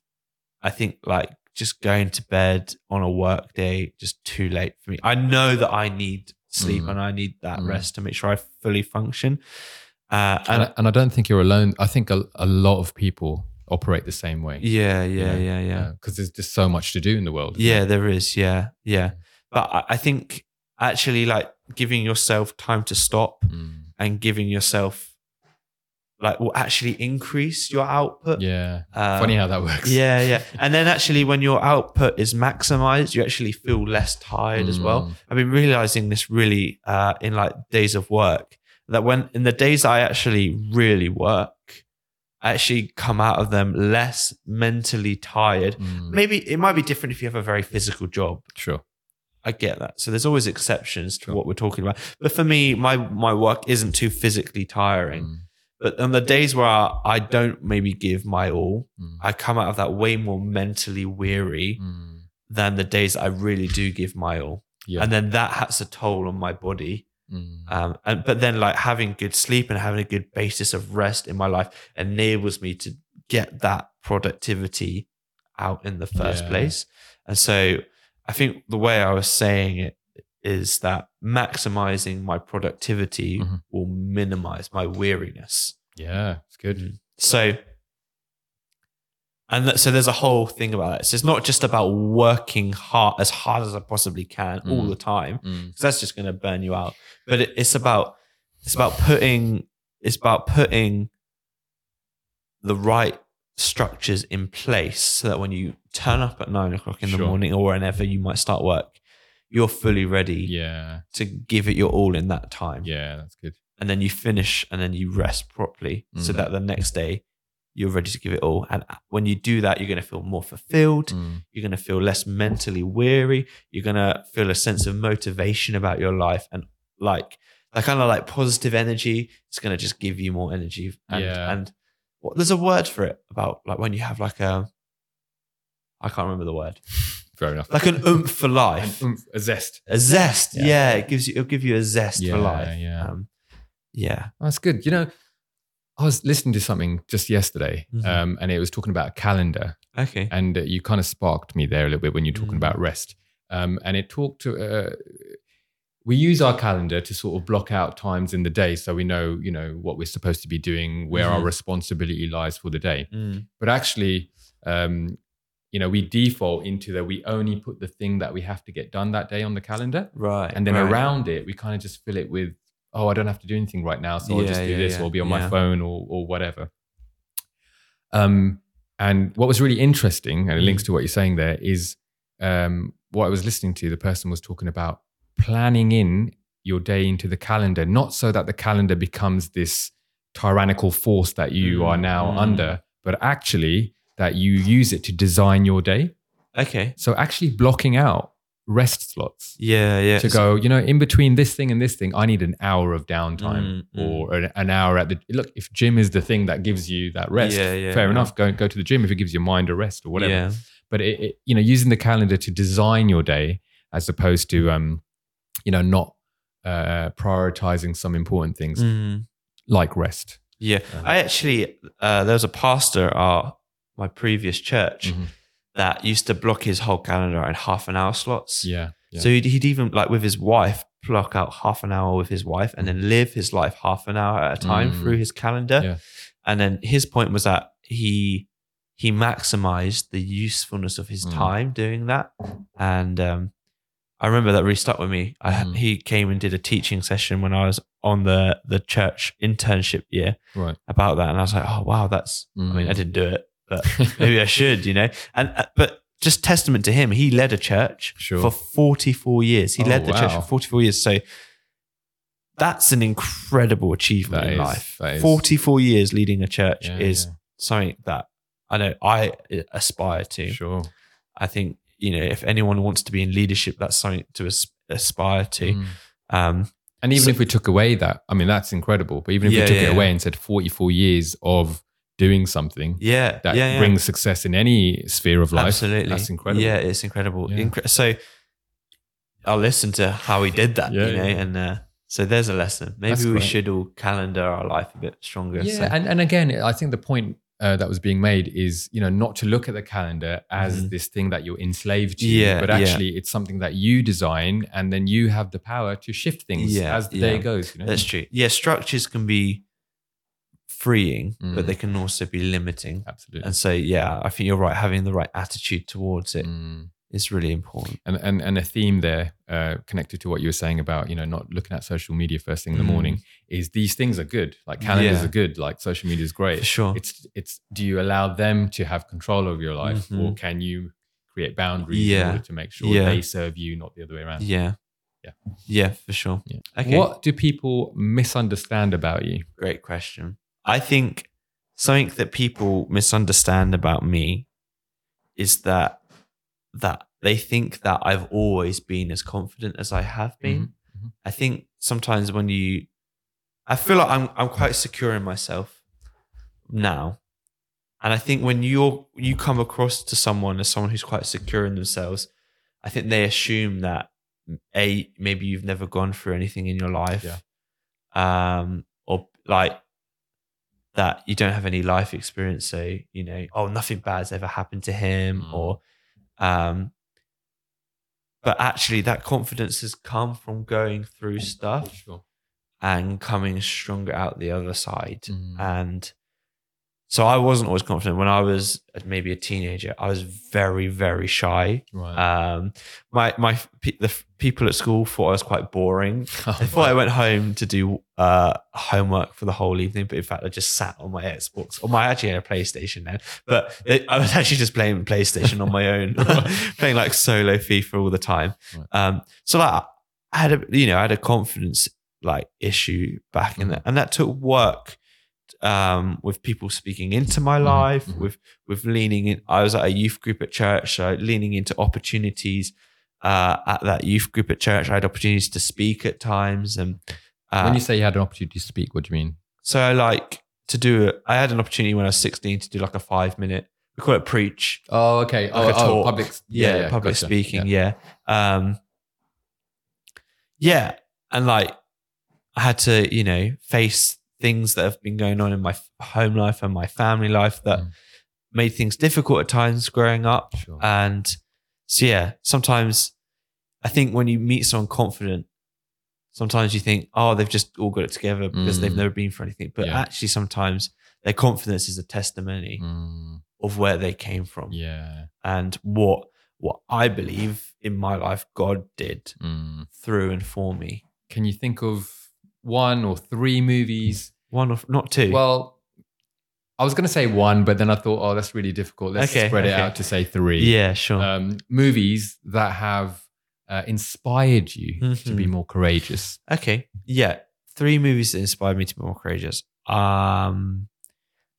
S2: I think like just going to bed on a work day just too late for me. I know that I need sleep
S1: Mm.
S2: and I need that
S1: Mm.
S2: rest to make sure I fully function. Uh,
S1: And, I, and I don't think you're alone. I think a, a lot of people operate the same way.
S2: Yeah, yeah,
S1: know?
S2: yeah, yeah.
S1: because there's just so much to do in the world. isn't
S2: Yeah,
S1: there?
S2: there is. Yeah,
S1: Mm.
S2: yeah. But I, I think actually, like giving yourself time to stop
S1: Mm,
S2: and giving yourself like will actually increase your output.
S1: yeah.
S2: Um,
S1: Funny how that works.
S2: Yeah, yeah. And then actually, when your output is maximized, you actually feel less tired as well.
S1: Mm.
S2: I've been realizing this really uh, in like days of work that when in the days I actually really work, I actually come out of them less mentally tired
S1: Mm,
S2: maybe it might be different if you have a very physical job.
S1: sure.
S2: I get that. So there's always exceptions to
S1: Sure.
S2: what we're talking about. But for me, my my work isn't too physically tiring.
S1: Mm,
S2: But on the days where I, I don't maybe give my all,
S1: mm,
S2: I come out of that way more mentally weary
S1: mm.
S2: than the days I really do give my all.
S1: Yeah.
S2: And then that has a toll on my body.
S1: Mm.
S2: Um, and but then like having good sleep and having a good basis of rest in my life enables me to get that productivity out in the first
S1: Yeah.
S2: place. And so I think the way I was saying it is that maximizing my productivity
S1: Mhm.
S2: will minimize my weariness.
S1: yeah, it's good.
S2: So and that, so there's a whole thing about it. So it's not just about working hard as hard as I possibly can all
S1: Mm.
S2: the time
S1: Mm,
S2: 'cause that's just going to burn you out. But it, it's about it's about putting it's about putting the right structures in place so that when you turn up at nine o'clock in the
S1: Sure.
S2: morning or whenever you might start work, you're fully ready
S1: yeah,
S2: to give it your all in that time,
S1: yeah, that's good.
S2: and then you finish and then you rest properly so
S1: Mm.
S2: that the next day. You're ready to give it all. And when you do that, you're going to feel more fulfilled
S1: Mm,
S2: you're going to feel less mentally weary you're going to feel a sense of motivation about your life and like that kind of like positive energy it's going to just give you more energy and
S1: Yeah.
S2: and what, there's a word for it about like when you have like a i can't remember the word
S1: fair enough.
S2: like an oomph for
S1: An
S2: life
S1: oomph, a zest.
S2: a zest
S1: Yeah.
S2: yeah, it gives you it'll give you a zest
S1: Yeah,
S2: for life
S1: yeah.
S2: um, yeah
S1: That's good. You know, I was listening to something just yesterday,
S2: Mhm.
S1: um, and it was talking about a calendar,
S2: okay
S1: and uh, you kind of sparked me there a little bit when you're talking
S2: Mm.
S1: about rest. Um, and it talked to. Uh, we use our calendar to sort of block out times in the day, so we know, you know, what we're supposed to be doing, where our
S2: Mhm.
S1: responsibility lies for the day.
S2: Mm.
S1: But actually, um, you know, we default into that we only put the thing that we have to get done that day on the calendar.
S2: right
S1: and then
S2: right.
S1: around it we kind of just fill it with oh i don't have to do anything right now so i'll just
S2: Yeah,
S1: do
S2: yeah,
S1: this
S2: yeah,
S1: or I'll be on my
S2: yeah.
S1: phone or, or whatever um, and what was really interesting and it
S2: Mm.
S1: links to what you're saying there is um, what i was listening to the person was talking about planning in your day into the calendar not so that the calendar becomes this tyrannical force that you
S2: Mm,
S1: are now
S2: mm.
S1: under but actually that you use it to design your day
S2: okay
S1: so actually blocking out rest slots
S2: yeah yeah
S1: to go, you know, in between this thing and this thing, I need an hour of downtime
S2: Mm,
S1: or an, an hour at the look. If gym is the thing that gives you that rest,
S2: Yeah, yeah,
S1: fair
S2: yeah.
S1: enough. Go go to the gym if it gives your mind a rest or whatever.
S2: yeah
S1: But it, it, you know, using the calendar to design your day as opposed to, um, you know, not uh, prioritizing some important things
S2: Mm.
S1: like
S2: *laughs*
S1: rest.
S2: Yeah,
S1: Um,
S2: I actually uh, there was a pastor at my previous church
S1: Mhm.
S2: that used to block his whole calendar in half an hour slots.
S1: Yeah, yeah.
S2: So he'd, he'd even like with his wife block out half an hour with his wife and then live his life half an hour at a time
S1: Mm-hmm. Mm.
S2: through his calendar.
S1: Yeah.
S2: And then his point was that he he maximized the usefulness of his
S1: Mm.
S2: time doing that, and um, I remember that really stuck with me. I,
S1: Mm.
S2: He came and did a teaching session when I was on the the church internship year
S1: Right.
S2: about that, and I was like, oh wow, that's. I mean, I didn't do it, *laughs* but
S1: Mm-hmm.
S2: maybe I should, you know. And uh, but just testament to him, he led a church
S1: Sure.
S2: for 44 years. He
S1: Oh,
S2: led the church
S1: wow.
S2: for 44 years. So that's an incredible
S1: *laughs*
S2: achievement
S1: That
S2: in
S1: is-
S2: life.
S1: that is-
S2: 44 years leading a church
S1: Yeah,
S2: is something that I know I uh, aspire
S1: yeah.
S2: to.
S1: Sure.
S2: I think, you know, if anyone wants to be in leadership, that's something to as- aspire to.
S1: Mm.
S2: Um,
S1: And even
S2: So-
S1: if we took away that, I mean, that's incredible. But even if
S2: Yeah,
S1: we took
S2: yeah,
S1: it
S2: yeah.
S1: away and said 44 years of doing something
S2: yeah.
S1: that
S2: yeah, yeah.
S1: brings success in any sphere of life,
S2: Absolutely.
S1: that's incredible.
S2: Yeah, it's incredible.
S1: Yeah.
S2: Incre- so I'll listen to how he did that,
S1: Yeah,
S2: you know,
S1: yeah.
S2: and uh, so there's a lesson. Maybe
S1: That's
S2: we
S1: great.
S2: should all calendar our life a bit stronger.
S1: Yeah,
S2: so.
S1: and, and again, I think the point uh, that was being made is you know not to look at the calendar as
S2: Mhm.
S1: this thing that you're enslaved to,
S2: Yeah,
S1: but
S2: yeah.
S1: actually it's something that you design, and then you have the power to shift things
S2: Yeah,
S1: as the
S2: yeah.
S1: day goes. You know?
S2: That's true. Yeah, structures can be freeing,
S1: Mm.
S2: but they can also be limiting.
S1: absolutely.
S2: And so, yeah, I think you're right. Having the right attitude towards it is
S1: Mm.
S2: really important.
S1: And, and and a theme there uh, connected to what you were saying about you know not looking at social media first thing in the
S2: Mm.
S1: morning is these things are good like calendars
S2: Yeah.
S1: are good like social media is
S2: For
S1: great
S2: sure.
S1: it's it's do you allow them to have control over your life
S2: Mhm.
S1: or can you create boundaries in
S2: Yeah.
S1: order to make sure
S2: Yeah.
S1: they serve you not the other way around
S2: yeah.
S1: uh, Yeah.
S2: Yeah, for sure.
S1: Yeah.
S2: Okay.
S1: what do people misunderstand about you
S2: Great question. I think something that people misunderstand about me is that that they think that I've always been as confident as I have been.
S1: Mhm.
S2: I think sometimes when you I feel like I'm I'm quite secure in myself now. And I think when you're you come across to someone as someone who's quite secure in themselves, I think they assume that a maybe you've never gone through anything in your life
S1: Yeah.
S2: um or like that you don't have any life experience so you know oh nothing bad's ever happened to him
S1: Mm.
S2: or um but actually that confidence has come from going through stuff
S1: sure
S2: and coming stronger out the other side
S1: Mhm.
S2: and so i wasn't always confident when i was maybe a teenager i was very very shy
S1: right
S2: um my my pe- the f- people at school thought i was quite boring
S1: *laughs*
S2: I thought I went home to do uh, homework for the whole evening, but in fact, I just sat on my Xbox. Or my I actually had a PlayStation then, but they, I was actually just playing PlayStation on my own, playing like solo FIFA all the time.
S1: Right.
S2: Um, so like, I had a you know I had a confidence like issue back in that, and that took work um, with people speaking into my
S1: Mhm,
S2: life,
S1: mhm.
S2: with with leaning in. I was at a youth group at church, so leaning into opportunities uh, at that youth group at church. I had opportunities to speak at times, and uh,
S1: when you say you had an opportunity to speak what do you mean
S2: so I like to do. I had an opportunity when I was sixteen to do like a five minute. We call it preach
S1: oh okay
S2: Like a
S1: oh, oh
S2: talk.
S1: public
S2: yeah, public
S1: gotcha.
S2: speaking
S1: yeah.
S2: yeah. um yeah and like i had to you know face things that have been going on in my f- home life and my family life that
S1: Mm.
S2: made things difficult at times growing up
S1: Sure.
S2: and so yeah sometimes i think when you meet someone confident sometimes you think oh they've just all got it together because they've
S1: Mm.
S2: never been for anything but
S1: Yeah.
S2: actually sometimes their confidence is a testimony
S1: Mm,
S2: of where they came from
S1: yeah
S2: and what what I believe in my life God did
S1: Mm.
S2: through and for me.
S1: can you think of one or three movies
S2: One of not two.
S1: Well, I was going to say one, but then I thought, oh, that's really difficult. Let's
S2: Okay,
S1: spread it
S2: okay.
S1: out to say three.
S2: yeah, sure.
S1: Um, movies that have uh, inspired you to
S2: Mm-hmm.
S1: be more
S2: *laughs*
S1: courageous.
S2: okay. Yeah. Three movies that inspired me to be more courageous. Um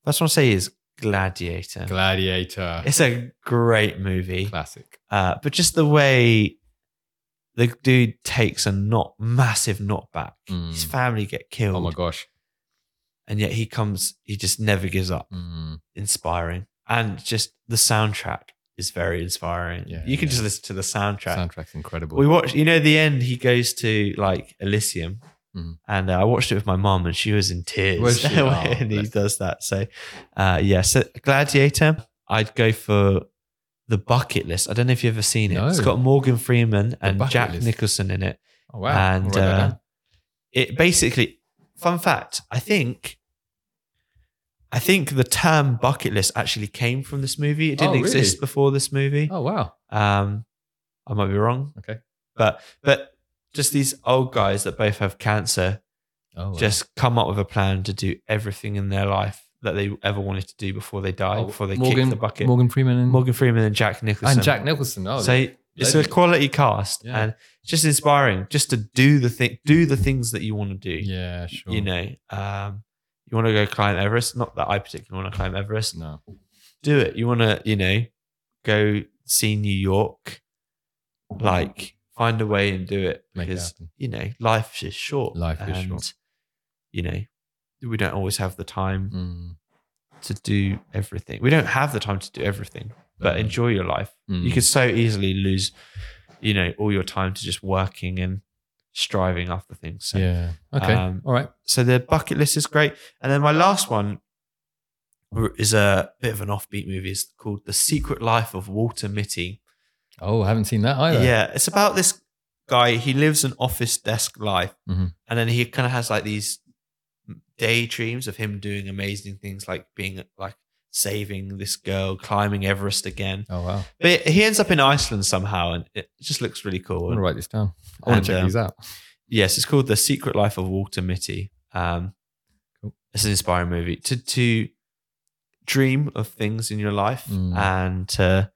S2: that's what I say is Gladiator. *laughs*
S1: Gladiator,
S2: it's a great movie.
S1: classic.
S2: Uh, but just the way the dude takes a not massive knockback.
S1: Mm.
S2: His family get killed.
S1: Oh my gosh.
S2: And yet he comes, he just never gives up.
S1: Mm.
S2: inspiring and just the soundtrack is very inspiring
S1: Yeah,
S2: you can
S1: yeah.
S2: just listen to the soundtrack
S1: Soundtrack's incredible.
S2: we watched you know the end he goes to like elysium
S1: Mhm.
S2: and uh, i watched it with my mom and she was in tears
S1: Was she? Oh,
S2: *laughs* when he
S1: bless.
S2: does that so uh yeah so gladiator i'd go for the bucket list i don't know if you've ever seen it
S1: No.
S2: it's got morgan freeman and
S1: Bucket
S2: jack
S1: List.
S2: nicholson in it
S1: oh, wow. I'll
S2: and,
S1: write that
S2: uh,
S1: down.
S2: it basically fun fact i think i think the term bucket list actually came from this movie it didn't
S1: Oh, really?
S2: exist before this movie
S1: oh, wow.
S2: um i might be wrong
S1: Okay.
S2: But but just these old guys that both have cancer
S1: Oh, wow.
S2: just come up with a plan to do everything in their life that they ever wanted to do before they die,
S1: Oh,
S2: before they
S1: Morgan,
S2: kick the bucket. Morgan,
S1: Morgan Freeman and,
S2: Freeman and Jack Nicholson.
S1: and Jack Nicholson. Oh,
S2: so it's a
S1: legend.
S2: quality cast
S1: Yeah.
S2: and just inspiring just to do the thing do the things that you want to do.
S1: yeah, sure.
S2: You know. Um you want to go climb Everest? Not that I particularly want to climb Everest.
S1: no.
S2: Do it. You want to, you know, go see New York. Like, find a way and do it
S1: Make it
S2: because
S1: happen.
S2: you know, life is short.
S1: Life is
S2: and,
S1: short.
S2: You know, we don't always have the time
S1: Mm,
S2: to do everything. We don't have the time to do everything, but
S1: Mm.
S2: enjoy your life.
S1: mm.
S2: You could so easily lose, you know, all your time to just working and striving after things. So,
S1: yeah. Okay.
S2: um,
S1: All right.
S2: so the bucket list is great. And then my last one is a bit of an offbeat movie. It's called The Secret Life of Walter Mitty.
S1: Oh, I haven't seen that either.
S2: Yeah, it's about this guy. He lives an office desk life,
S1: Mhm.
S2: and then he kind of has like these daydreams of him doing amazing things, like being like saving this girl, climbing Everest again.
S1: Oh wow.
S2: But he ends up in Iceland somehow, and it just looks really
S1: I'm
S2: cool.
S1: gonna write this down. I want
S2: And,
S1: to check
S2: um,
S1: these out.
S2: yes, it's called The Secret Life of Walter Mitty. Um,
S1: Cool.
S2: It's an inspiring movie to to dream of things in your life
S1: Mm.
S2: and to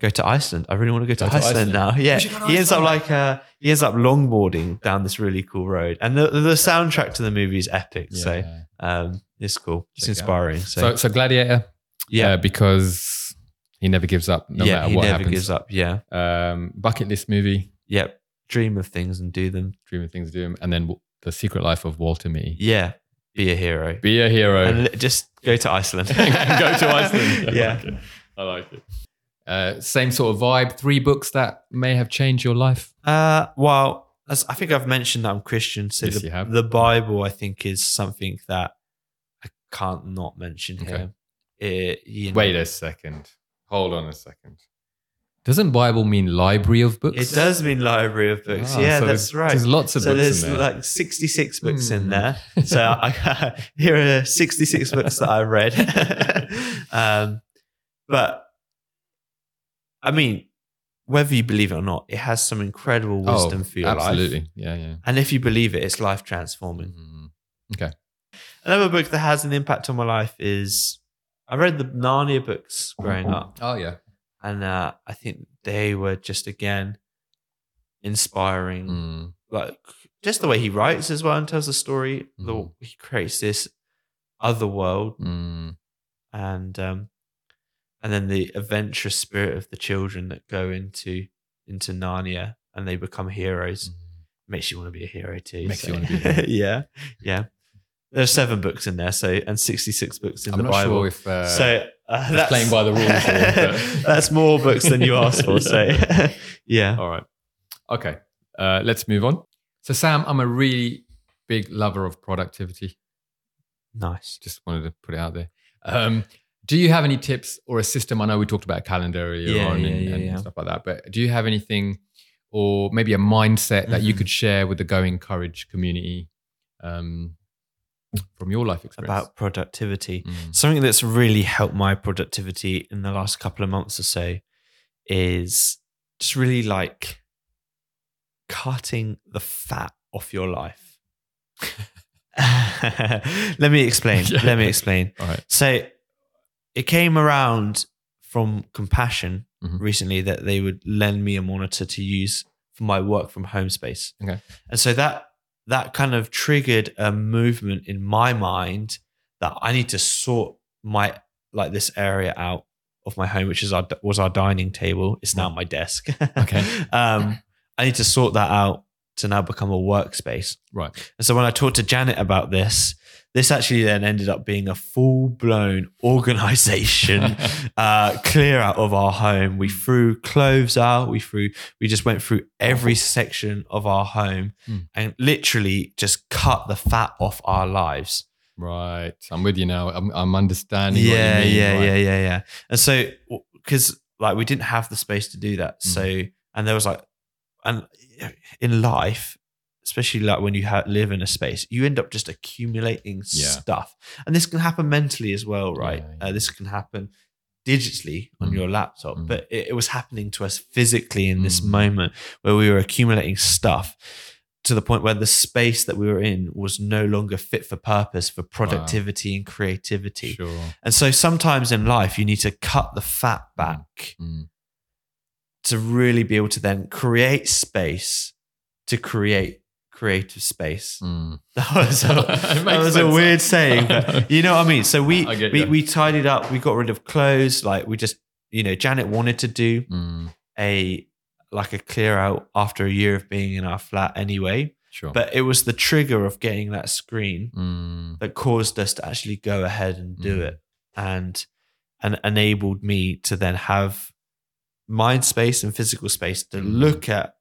S2: go to Iceland. I really want to go to,
S1: Go to
S2: Iceland,
S1: Iceland.
S2: now. Yeah,
S1: We should go to
S2: he ends up
S1: Iceland.
S2: like uh, he ends up longboarding down this really cool road, and the the soundtrack to the movie is epic. So
S1: Yeah.
S2: um, it's cool. It's
S1: Check it out.
S2: inspiring. So,
S1: So, so Gladiator.
S2: yeah,
S1: uh, because he never gives up, no
S2: yeah,
S1: matter
S2: he
S1: what
S2: never
S1: happens.
S2: gives up. Yeah,
S1: Um, bucket list movie,
S2: yep. Dream of things and do them.
S1: dreaming things to do, and then w- the secret life of Walter Mitty.
S2: Yeah, be a hero.
S1: Be a hero.
S2: and li- just go to Iceland.
S1: and Oh. *laughs* go to Iceland.
S2: *laughs* yeah.
S1: I like it. Uh, same sort of vibe. Three books that may have changed your life.
S2: Uh, well, as I think I've mentioned that I'm Christian, so
S1: Yes,
S2: the,
S1: you have.
S2: the Bible, I think, is something that I can't not mention
S1: Okay.
S2: here. It- you know,
S1: Wait a second. Hold on a second. Doesn't Bible mean library of books?
S2: it does mean library of books.
S1: Ah,
S2: yeah,
S1: so
S2: that's
S1: there's-
S2: right.
S1: There's lots of
S2: so
S1: books
S2: there's
S1: in there.
S2: like 66 books
S1: Hmm.
S2: in there.
S1: *laughs*
S2: So I, *laughs* here are 66 books that I've read. *laughs* um, but I mean, whether you believe it or not, it has some incredible wisdom
S1: oh,
S2: for your life.
S1: absolutely. Yeah, yeah.
S2: And if you believe it, it's life transforming.
S1: Mm.
S2: Another book that has an impact on my life is I read the Narnia books growing up,
S1: Oh yeah.
S2: and uh, I think they were just again inspiring.
S1: Mm.
S2: Like just the way he writes as well and tells the story.
S1: Mm.
S2: The, he creates this other world,
S1: Mm.
S2: and um, and then the adventurous spirit of the children that go into into Narnia and they become heroes makes you want to be a hero too.
S1: Mm. Makes you wanna be a hero.
S2: *laughs* yeah, yeah. There's seven books in there, so and 66 books in
S1: I'm
S2: the
S1: not
S2: Bible.
S1: sure if uh,
S2: so uh, that's
S1: playing by the rules
S2: *laughs*
S1: or- but-
S2: that's more books than you asked
S1: *laughs*
S2: for. So *laughs* yeah,
S1: All right. Okay. Uh, let's move on. So, Sam, I'm a really big lover of productivity.
S2: nice.
S1: Just wanted to put it out there. Um, do you have any tips or a system? I know we talked about calendar earlier
S2: Yeah,
S1: on
S2: yeah,
S1: and,
S2: yeah,
S1: and
S2: yeah.
S1: stuff like that, but do you have anything or maybe a mindset that you
S2: Mhm.
S1: could share with the Going Courage community um, from your life experience?
S2: About productivity,
S1: Mm.
S2: something that's really helped my productivity in the last couple of months or so is just really like cutting the fat off your life. *laughs* Let
S1: *laughs*
S2: me explain.
S1: Yeah.
S2: Let me explain.
S1: All right.
S2: So it came around from Compassion
S1: Mhm.
S2: recently that they would lend me a monitor to use for my work from home space.
S1: Okay.
S2: And so that that kind of triggered a movement in my mind that I need to sort my like this area out of my home, which is our was our dining table. It's now my desk. *laughs*
S1: Okay.
S2: um, I need to sort that out to now become a workspace. *laughs*
S1: Right.
S2: And so when I talked to Janet about this, this actually then ended up being a full blown *laughs* organization uh, clear out of our home. We threw clothes out. We threw. We just went through every section of our home
S1: Hmm.
S2: and literally just cut the fat off our lives.
S1: right. I'm with you now. I'm, I'm understanding. what you
S2: Yeah,
S1: mean.
S2: yeah,
S1: Right.
S2: yeah, yeah, yeah. And so because like we didn't have the space to do that, so
S1: Mm-hmm.
S2: and there was like, and in life. Especially like when you ha- live in a space, you end up just accumulating
S1: Yeah.
S2: stuff, and this can happen mentally as well, right?
S1: Yeah, yeah.
S2: Uh, this can happen digitally on
S1: Mm.
S2: your laptop,
S1: Mm.
S2: but it, it was happening to us physically in this
S1: Mm.
S2: moment where we were accumulating stuff to the point where the space that we were in was no longer fit for purpose for productivity and creativity.
S1: Sure.
S2: And so sometimes in life, you need to cut the fat back
S1: Mm.
S2: to really be able to then create space to create creative space.
S1: Mm.
S2: *laughs* That was a,
S1: *laughs* It
S2: that
S1: makes
S2: was a
S1: sense.
S2: weird saying,
S1: *laughs*
S2: but you know what I mean. So we
S1: I get
S2: we,
S1: you.
S2: we tidied up. We got rid of clothes. Like we just you know Janet wanted to do
S1: Mm.
S2: a like a clear out after a year of being in our flat anyway.
S1: Sure.
S2: But it was the trigger of getting that screen
S1: Mm.
S2: that caused us to actually go ahead and do
S1: Mm.
S2: it and and enabled me to then have mind space and physical space to
S1: Mm.
S2: look at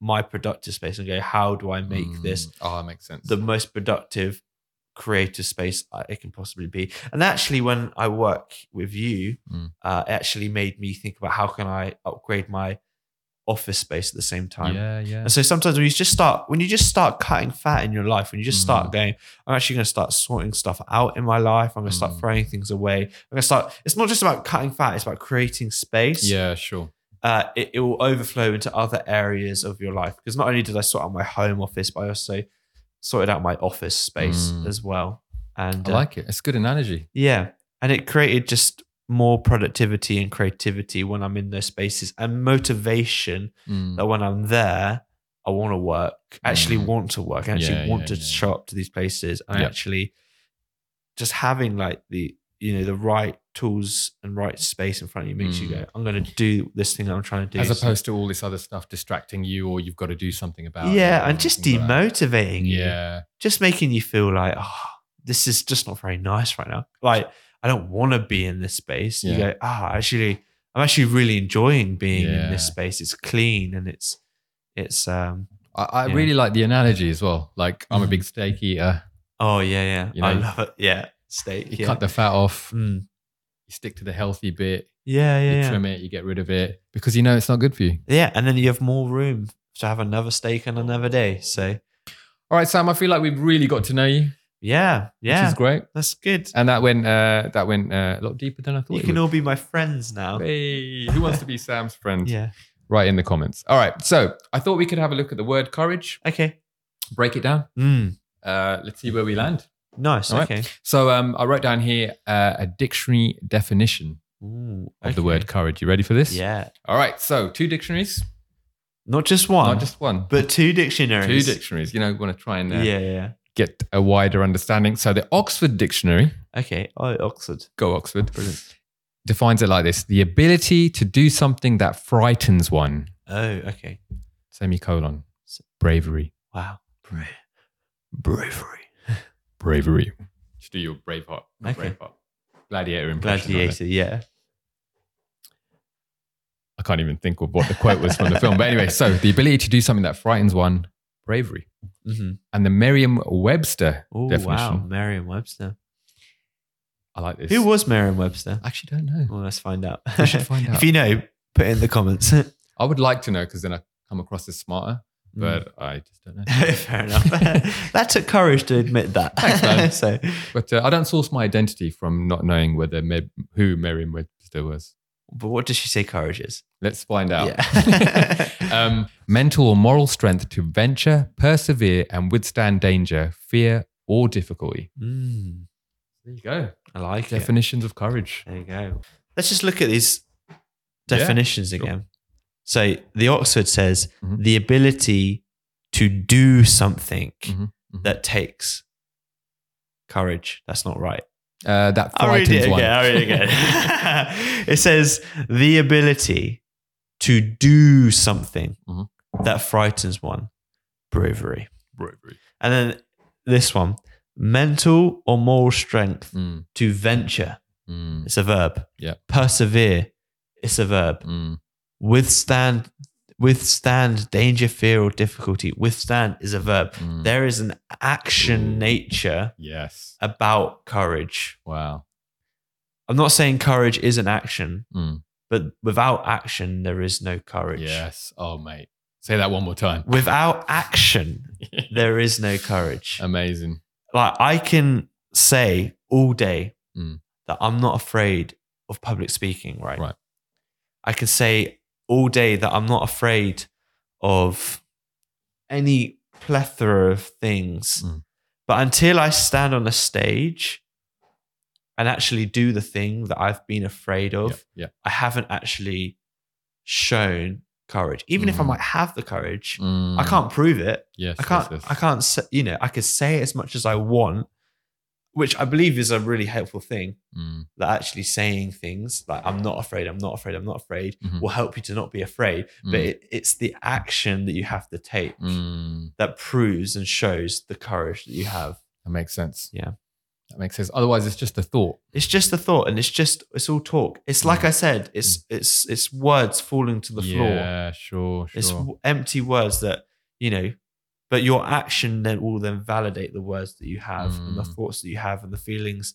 S2: my productive space and go how do i make
S1: Mm.
S2: this
S1: Oh, that makes sense.
S2: the most productive creative space I- it can possibly be and actually when i work with you
S1: Mm.
S2: uh, it actually made me think about how can i upgrade my office space at the same time
S1: Yeah, yeah.
S2: and so sometimes when you just start, when you just start cutting fat in your life, when you just start
S1: Mm.
S2: going, I'm actually going to start sorting stuff out in my life. I'm going to start
S1: Mm.
S2: throwing things away. I'm going to start. It's not just about cutting fat. It's about creating space.
S1: Yeah, sure.
S2: Uh, it, it will overflow into other areas of your life because not only did I sort out my home office, but I also sorted out my office space
S1: Mm.
S2: as well. And
S1: I
S2: uh,
S1: like it. It's good analogy.
S2: yeah, and it created just more productivity and creativity when I'm in those spaces and motivation
S1: Mm.
S2: that when I'm there, I want to work, actually
S1: Mm.
S2: want to work, actually
S1: Yeah,
S2: want
S1: yeah,
S2: to
S1: yeah, yeah.
S2: show up to these places, and
S1: Yeah.
S2: actually just having like the you know the right tools and right space in front of you makes you
S1: Mm.
S2: go, I'm going to do this thing that I'm trying to do,
S1: As
S2: So-
S1: opposed to all this other stuff distracting you or you've got to do something about it
S2: yeah,
S1: or
S2: and just
S1: things like that.
S2: demotivating you,
S1: Yeah.
S2: just making you feel like oh, this is just not very nice right now. Like I don't want to be in this space. You
S1: Yeah.
S2: go, ah, actually, I'm actually really enjoying being in this
S1: Yeah.
S2: space. It's clean and it's it's um
S1: I, I
S2: Yeah.
S1: really like the analogy as well. Like I'm a
S2: Mhm.
S1: big steak eater.
S2: Oh yeah, yeah.
S1: You know?
S2: I love it. Yeah, steak.
S1: You
S2: Yeah,
S1: cut the fat off.
S2: Mm.
S1: You stick to the healthy bit.
S2: yeah,
S1: you
S2: yeah, yeah.
S1: trim it. You get rid of it because you know it's not good for you.
S2: Yeah, and then you have more room to have another steak on another day. So
S1: All right, Sam. I feel like we've really got to know you,
S2: yeah,
S1: which
S2: yeah,
S1: is great.
S2: that's good.
S1: And that went uh, that went uh, a lot deeper than I thought.
S2: You
S1: it
S2: can
S1: would.
S2: all be my friends now.
S1: Hey, who wants to be Sam's friend?
S2: *laughs* Yeah.
S1: Right in the comments. All right. So I thought we could have a look at the word courage,
S2: Okay.
S1: break it down.
S2: Mm.
S1: Uh, let's see where we land.
S2: Nice.
S1: All right.
S2: okay.
S1: So um, I wrote down here uh, a dictionary definition
S2: Ooh,
S1: of
S2: okay.
S1: the word courage. You ready for this?
S2: Yeah.
S1: All right. So two dictionaries,
S2: Not just one,
S1: not just one,
S2: but two
S1: two
S2: dictionaries.
S1: dictionaries. You know, want to try and uh,
S2: Yeah, yeah, yeah.
S1: get a wider understanding. So the Oxford Dictionary,
S2: Okay. Oh, Oxford.
S1: go Oxford,
S2: Brilliant.
S1: defines it like this: the ability to do something that frightens one.
S2: Oh, okay.
S1: Semicolon. Bravery.
S2: Wow. Bra- bravery.
S1: Bravery. Just do your Braveheart. not
S2: Okay.
S1: Braveheart. Gladiator impression. on it.
S2: Gladiator. Yeah.
S1: I can't even think of what the quote was from the film. But anyway, so the ability to do something that frightens one, bravery.
S2: Mm-hmm.
S1: And the Merriam-Webster
S2: Oh wow,
S1: definition.
S2: Merriam-Webster.
S1: I like this.
S2: Who was Merriam-Webster?
S1: I actually don't know.
S2: Well, let's find out.
S1: We
S2: *laughs*
S1: should find out.
S2: if you know, put it in the comments.
S1: I would like to know because then I come across as smarter,
S2: *laughs* Mm.
S1: but I just don't know.
S2: *laughs* fair enough. that took courage to admit that.
S1: Thanks, man.
S2: *laughs* so
S1: But uh, I don't source my identity from not knowing whether Mer- who Merriam-Webster was.
S2: but what does she say courage is?
S1: Let's find out.
S2: Yeah. *laughs*
S1: *laughs* um, mental or moral strength to venture, persevere, and withstand danger, fear, or difficulty.
S2: Mm,
S1: There you go.
S2: I like it.
S1: Definitions of courage.
S2: There you go. Let's just look at these
S1: Yeah,
S2: definitions
S1: sure.
S2: again. So the Oxford says
S1: Mhm.
S2: the ability to do something
S1: Mhm, mhm.
S2: that takes courage. That's not right.
S1: Uh, that
S2: I'll read
S1: frightens
S2: it again.
S1: one.
S2: I'll read it
S1: *laughs*
S2: again. *laughs* it says the ability to do something
S1: Mhm.
S2: that frightens one, bravery.
S1: Bravery.
S2: And then this one, mental or moral strength
S1: Mm,
S2: to venture.
S1: mm,
S2: It's a verb.
S1: Yeah.
S2: Persevere. It's a verb.
S1: mm.
S2: Withstand. Withstand danger, fear, or difficulty. Withstand is a verb.
S1: Mm.
S2: There is an action
S1: Ooh.
S2: nature
S1: Yes.
S2: about courage.
S1: Wow.
S2: I'm not saying courage is an action,
S1: Mm.
S2: but without action, there is no courage.
S1: Yes. Oh, mate. Say that one more time.
S2: Without
S1: *laughs*
S2: action, there is no courage.
S1: Um, Amazing.
S2: like I can say all day
S1: Mm.
S2: that I'm not afraid of public speaking, right?
S1: Right.
S2: I can say all day that I'm not afraid of any plethora of things.
S1: Mm.
S2: But until I stand on a stage and actually do the thing that I've been afraid of,
S1: Yeah, yeah.
S2: I haven't actually shown courage. Even if I
S1: Mhm.
S2: might have the courage, I
S1: Mm,
S2: can't prove it.
S1: Yes,
S2: I can't.
S1: Yes, yes.
S2: I can't. Say, you know, I could say as much as I want, which I believe is a really helpful thing.
S1: Mm,
S2: That actually saying things like "I'm not afraid," "I'm not afraid," "I'm not afraid"
S1: Mhm.
S2: will help you to not be afraid. But
S1: Mm.
S2: it, it's the action that you have to take
S1: mm.
S2: that proves and shows the courage that you have.
S1: That makes sense.
S2: Yeah.
S1: That makes sense. Otherwise, it's just a thought.
S2: It's just a thought, and it's just it's all talk. It's like
S1: Mm.
S2: I said. It's it's it's words falling to the floor.
S1: Yeah, sure,
S2: It's
S1: sure.
S2: w- empty words that you know, but your action then will then validate the words that you have and the
S1: Mm.
S2: thoughts that you have and the feelings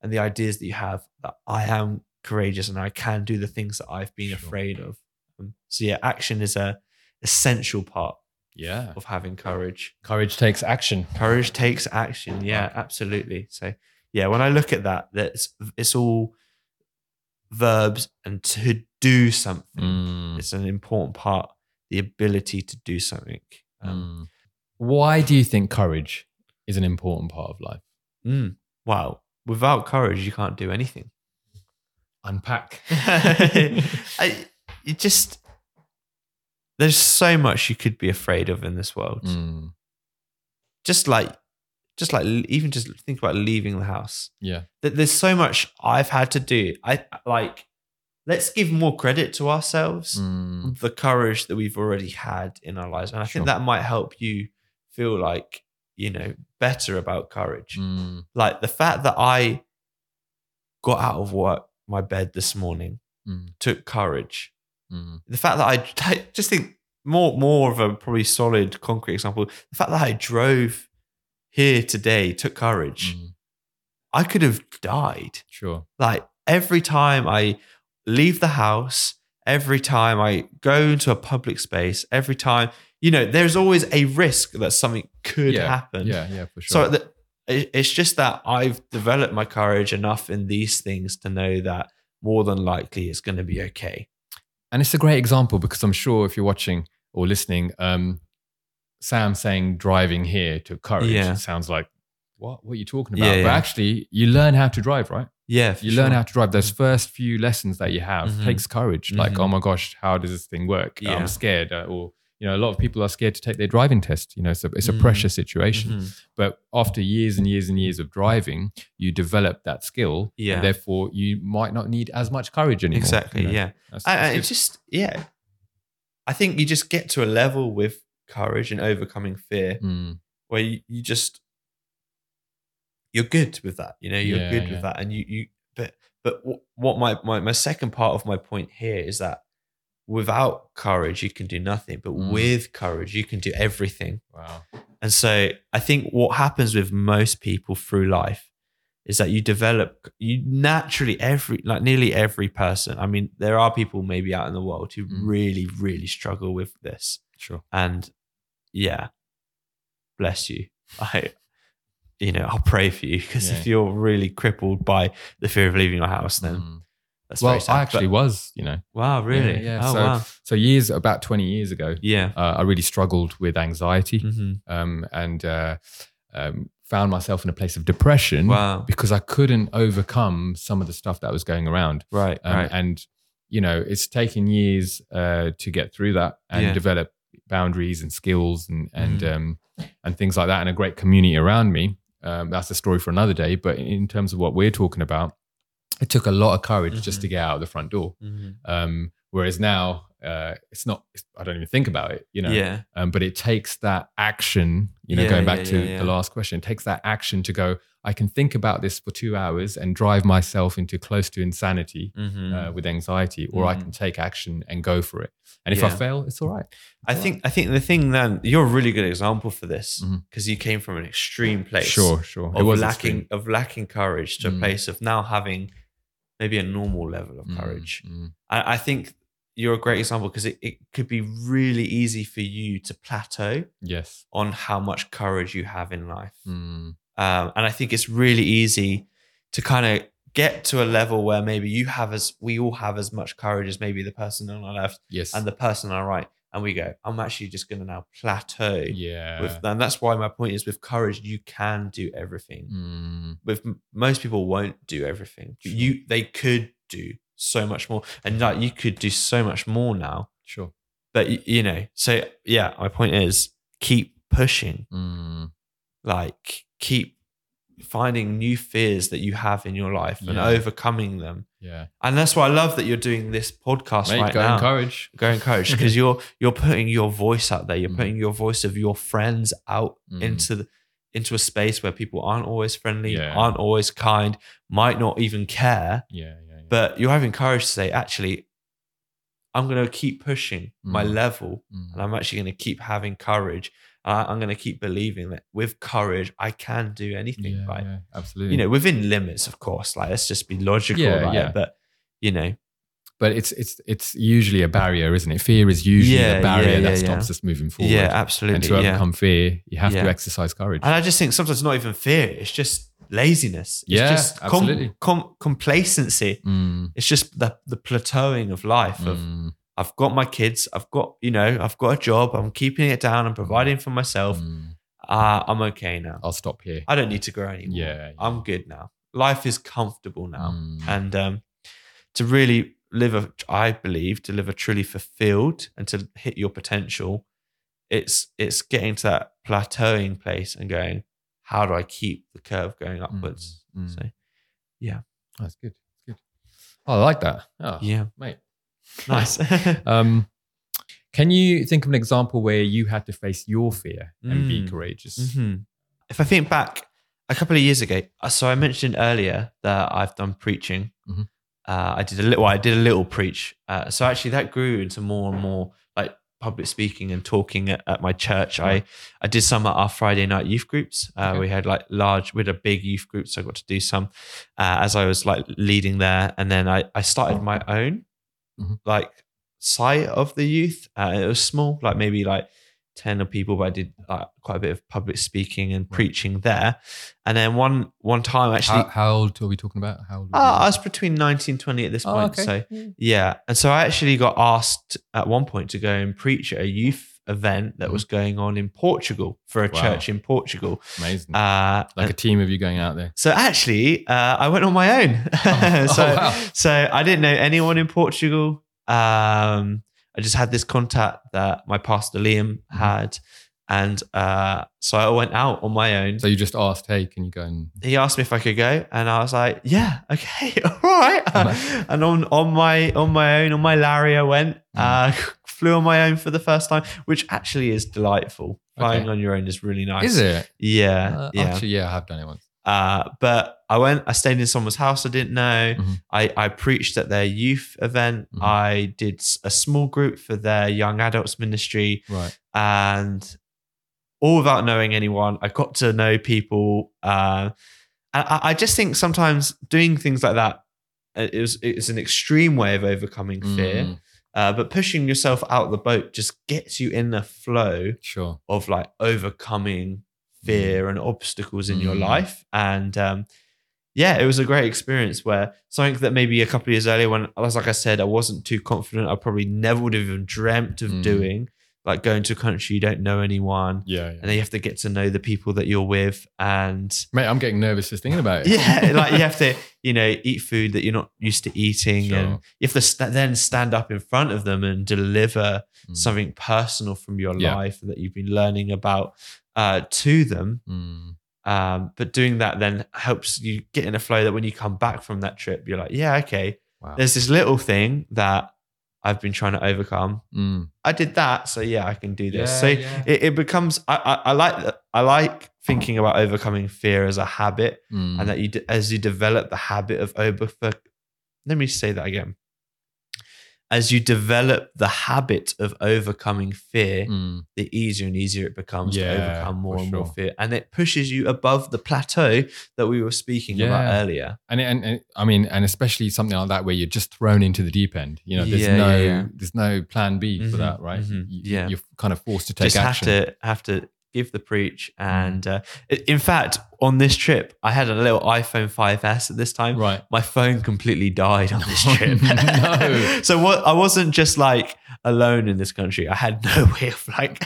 S2: and the ideas that you have that I am courageous and I can do the things that I've been
S1: Sure.
S2: afraid of. Um, so yeah, action is a essential part
S1: yeah.
S2: of having courage.
S1: Courage takes action.
S2: Courage takes action. Yeah, absolutely. So yeah, when I look at that, that's it's all verbs and to do something
S1: Mm,
S2: it's an important part the ability to do something um,
S1: mm. Why do you think courage is an important part of life?
S2: mm, wow without courage you can't do
S1: *laughs*
S2: anything *laughs*
S1: Unpack.
S2: I, it just there's so much you could be afraid of in this world
S1: Mm,
S2: just like just like even just think about leaving the house
S1: yeah.
S2: That there's so much i've had to do i like let's give more credit to ourselves
S1: Mm,
S2: the courage that we've already had in our lives. And I
S1: Sure.
S2: think that might help you feel like, you know, better about courage.
S1: mm,
S2: Like the fact that I got out of work, my bed this morning,
S1: Mm.
S2: took courage.
S1: mm,
S2: The fact that I, *laughs* I just think more, more of a probably solid concrete example, the fact that I drove here today took courage.
S1: mm,
S2: I could have died
S1: sure.
S2: like every time I leave the house, every time I go into a public space, every time, you know, there's always a risk that something could happen.
S1: Yeah, yeah, for
S2: So
S1: sure.
S2: that it- it's just that I've developed my courage enough in these things to know that more than likely it's going to be okay.
S1: and it's a great example because I'm sure if you're watching or listening, um, Sam saying driving here took courage.
S2: Yeah.
S1: It sounds like, what, what are you talking about?
S2: Yeah,
S1: But
S2: yeah.
S1: actually, you learn how to drive, right?
S2: Yeah.
S1: you learn how to drive those
S2: Mm-hmm.
S1: first few lessons that you have
S2: Mhm.
S1: takes courage like
S2: Mhm.
S1: oh my gosh how does this thing work
S2: Yeah.
S1: i'm scared uh, or you know a lot of people are scared to take their driving test you know it's a, it's a
S2: Mm.
S1: pressure situation
S2: Mm-hmm.
S1: but after years and years and years of driving you develop that skill
S2: Yeah.
S1: and therefore you might not need as much courage anymore
S2: Exactly.
S1: you know?
S2: Yeah.
S1: That's-
S2: I, I-
S1: that's
S2: it's just, yeah. I think you just get to a level with courage and overcoming fear
S1: good. Mm,
S2: where you, you just you're good with that you know you're
S1: Yeah,
S2: good
S1: yeah.
S2: with that and you you but but wh- what my, my my second part of my point here is that without courage you can do nothing but
S1: Mm.
S2: with courage you can do everything
S1: wow
S2: and so i think what happens with most people through life is that you develop you naturally every like nearly every person i mean there are people maybe out in the world who
S1: Mm.
S2: really really struggle with this
S1: sure
S2: and yeah, bless you. *laughs* I, you know, I'll pray for you because
S1: Yeah.
S2: if you're really crippled by the fear of leaving your house, then
S1: Mm.
S2: that's
S1: well
S2: very sad.
S1: i actually
S2: But-
S1: was you know
S2: wow, really?
S1: yeah, yeah.
S2: Oh,
S1: so *laughs*
S2: wow.
S1: so years about 20 years ago
S2: Yeah.
S1: uh, i really struggled with anxiety
S2: hmm
S1: um, and uh, um, found myself in a place of depression
S2: Wow.
S1: because I couldn't overcome some of the stuff that was going around.
S2: Right.
S1: Um,
S2: right.
S1: And, you know, it's taken years uh, to get through that and
S2: Yeah. Mm-hmm.
S1: develop boundaries and skills and, and, um, and things like that, and a great community around me. Um, that's a story for another day. But in terms of what we're talking about, it took a lot of courage just
S2: Mm-hmm.
S1: to get out of the front door.
S2: Mhm.
S1: Um, whereas now, uh, it's not, it's, I don't even think about it, you know?
S2: yeah.
S1: um, but it takes that action you know
S2: Yeah,
S1: going back
S2: yeah,
S1: to
S2: yeah, yeah.
S1: the last question it takes that action to go i can think about this for two hours and drive myself into close to insanity
S2: Mhm.
S1: uh, with anxiety or i
S2: Mhm.
S1: can take action and go for it and if i
S2: Yeah.
S1: fail it's all right
S2: I think I think the thing then you're a really good example for this
S1: Mhm.
S2: because you came from an extreme place.
S1: sure sure
S2: Of lacking
S1: extreme.
S2: of lacking courage to
S1: Mm.
S2: a place of now having maybe a normal level of
S1: Mm,
S2: courage.
S1: mm,
S2: I, I think you're a great example because it, it could be really easy for you to plateau
S1: yes
S2: on how much courage you have in life.
S1: Mm,
S2: Um, and I think it's really easy to kind of get to a level where maybe you have as we all have as much courage as maybe the person on our left
S1: Yes.
S2: and the person on our right, and we go, I'm actually just going to now plateau.
S1: yeah.
S2: With, and that's why my point is with courage, you can do everything.
S1: Mm,
S2: With m- most people won't do everything. But
S1: Sure.
S2: You they could do so much more, and like you could do so much more now.
S1: sure.
S2: But y- you know, so yeah, my point is keep pushing
S1: Mm,
S2: like keep finding new fears that you have in your life and
S1: Yeah.
S2: overcoming them
S1: yeah.
S2: and that's why i love that you're doing this podcast
S1: Mate,
S2: right
S1: go
S2: now
S1: encourage.
S2: go encourage
S1: Mm-hmm.
S2: because you're you're putting your voice out there you're
S1: Mm.
S2: putting your voice of your friends out
S1: *laughs* Mm.
S2: into the into a space where people aren't always friendly
S1: Yeah.
S2: aren't always kind might not even care
S1: Yeah, yeah, yeah.
S2: but you're having courage to say actually i'm going to keep pushing my
S1: Mm.
S2: level
S1: Mm,
S2: and I'm actually going to keep having courage. Uh, I'm going to keep believing that with courage, I can do anything.
S1: yeah,
S2: right?
S1: yeah, absolutely.
S2: You know, within limits, of course. Like, let's just be logical
S1: Yeah,
S2: about
S1: yeah.
S2: it. But you know,
S1: but it's it's it's usually a barrier, isn't it? Fear is usually
S2: Yeah,
S1: a barrier
S2: yeah,
S1: that
S2: yeah,
S1: stops us moving forward.
S2: yeah,
S1: and
S2: absolutely.
S1: to
S2: yeah.
S1: overcome fear, you have
S2: Yeah.
S1: to exercise courage.
S2: And I just think sometimes it's not even fear; it's just laziness. It's
S1: Yeah,
S2: just
S1: absolutely.
S2: Com- complacency.
S1: Mm,
S2: It's just the the plateauing of life. Of
S1: mm,
S2: I've got my kids. I've got you know. I've got a job. I'm keeping it down. I'm providing for myself.
S1: mm.
S2: Uh, I'm okay now.
S1: I'll stop here.
S2: I don't need to grow anymore.
S1: Yeah, yeah.
S2: I'm good now. Life is comfortable now.
S1: Mm,
S2: And um, to really live, a, I believe, to live a truly fulfilled and to hit your potential, it's it's getting to that plateauing place and going, how do I keep the curve going
S1: mm,
S2: upwards?
S1: mm.
S2: So
S1: That's good. That's good. Oh, I like that. Oh,
S2: yeah,
S1: mate.
S2: nice. *laughs*
S1: Um, can you think of an example where you had to face your fear and be
S2: Mm.
S1: courageous?
S2: Mhm. If I think back a couple of years ago, uh, so I mentioned earlier that I've done preaching.
S1: Mhm.
S2: Uh, I did a little. Well, I did a little preach. Uh, so actually, that grew into more and more like public speaking and talking at, at my church. I I did some at our Friday night youth groups. Uh,
S1: Okay.
S2: We had like large. We had a big youth group, so I got to do some uh, as I was like leading there. And then I I started my own
S1: Mhm.
S2: like site of the youth. Uh, it was small, like maybe like 10 of people but i did like quite a bit of public speaking and preaching there and then one one time actually
S1: How, how old are we talking about? How old? were
S2: Ah, i
S1: you?
S2: was between 19 20 at this
S1: Oh,
S2: point
S1: okay.
S2: so uh, yeah and so i actually got asked at one point to go and preach at a youth event that was going on in portugal for a
S1: Mm-hmm. Wow.
S2: church in portugal
S1: Amazing.
S2: uh
S1: like a team of you going out there.
S2: so actually uh, i went on my own
S1: Oh,
S2: *laughs* so
S1: oh, wow.
S2: so I didn't know anyone in Portugal. Um, I just had this contact that my pastor Liam
S1: Mm-hmm.
S2: had, and uh, so I went out on my own.
S1: So you just asked, hey, can you go and
S2: he asked me if I could go, and I was like, "Yeah, okay, *laughs* all right."
S1: Nice.
S2: and on on my on my own on my Larry, I went,
S1: Mm.
S2: uh, *laughs* flew on my own for the first time, which actually is delightful. Flying
S1: Okay.
S2: on your own is really nice.
S1: Is it?
S2: Yeah,
S1: Uh,
S2: yeah.
S1: Actually, yeah, I have done it once.
S2: Uh, but I went, I stayed in someone's house I didn't know.
S1: Mhm.
S2: I, I preached at their youth event.
S1: Mhm.
S2: I did s- a small group for their young adults ministry
S1: Right.
S2: and all without knowing anyone. I got to know people. Uh, and I, I just think sometimes doing things like that, uh, it was, it's an extreme way of overcoming fear.
S1: Mm,
S2: Uh, but pushing yourself out the boat just gets you in the flow
S1: sure.
S2: of like overcoming fear and obstacles in your
S1: Mm.
S2: life. And um, yeah, it was a great experience where something that maybe a couple of years earlier, when I was like I said, I wasn't too confident, I probably never would have even dreamt of
S1: Mm.
S2: doing, like going to a country you don't know anyone,
S1: Yeah. yeah.
S2: and then you have to get to know the people that you're with, and
S1: Mate, I'm getting nervous just thinking about it.
S2: yeah, *laughs* like you have to, you know, eat food that you're not used to eating,
S1: Sure.
S2: and you have to st- then stand up in front of them and deliver
S1: Mm,
S2: something personal from your
S1: Yeah.
S2: life that you've been learning about uh, to them.
S1: *laughs* mm,
S2: Um, but doing that then helps you get in a flow that when you come back from that trip, you're like, yeah, okay,
S1: wow.
S2: there's this little thing that I've been trying to overcome.
S1: Mm,
S2: I did that, so yeah, I can do this.
S1: yeah,
S2: so
S1: yeah.
S2: It, it becomes. I, I, I like. that- I like thinking about overcoming fear as a habit,
S1: Mm,
S2: and that you de- as you develop the habit of over let me say that again as you develop the habit of overcoming fear
S1: mm,
S2: the easier and easier it becomes
S1: Yeah,
S2: to overcome more
S1: for
S2: and more
S1: sure.
S2: fear and it pushes you above the plateau that we were speaking
S1: Yeah.
S2: about earlier
S1: and, and and I mean, and especially something like that where you're just thrown into the deep end. You know, there's
S2: Yeah, yeah,
S1: no
S2: yeah.
S1: there's no plan B for
S2: Mhm,
S1: that, right?
S2: mhm,
S1: You-
S2: yeah.
S1: you're kind of forced to take
S2: just
S1: action. Mm.
S2: have to have to give the preach. And uh, i- in fact, on this trip, I had a little iPhone 5S at this time.
S1: Right.
S2: My phone completely died on this trip.
S1: *laughs* no.
S2: so what? I wasn't just like alone in this country. I had *laughs* no way
S1: *laughs*
S2: of like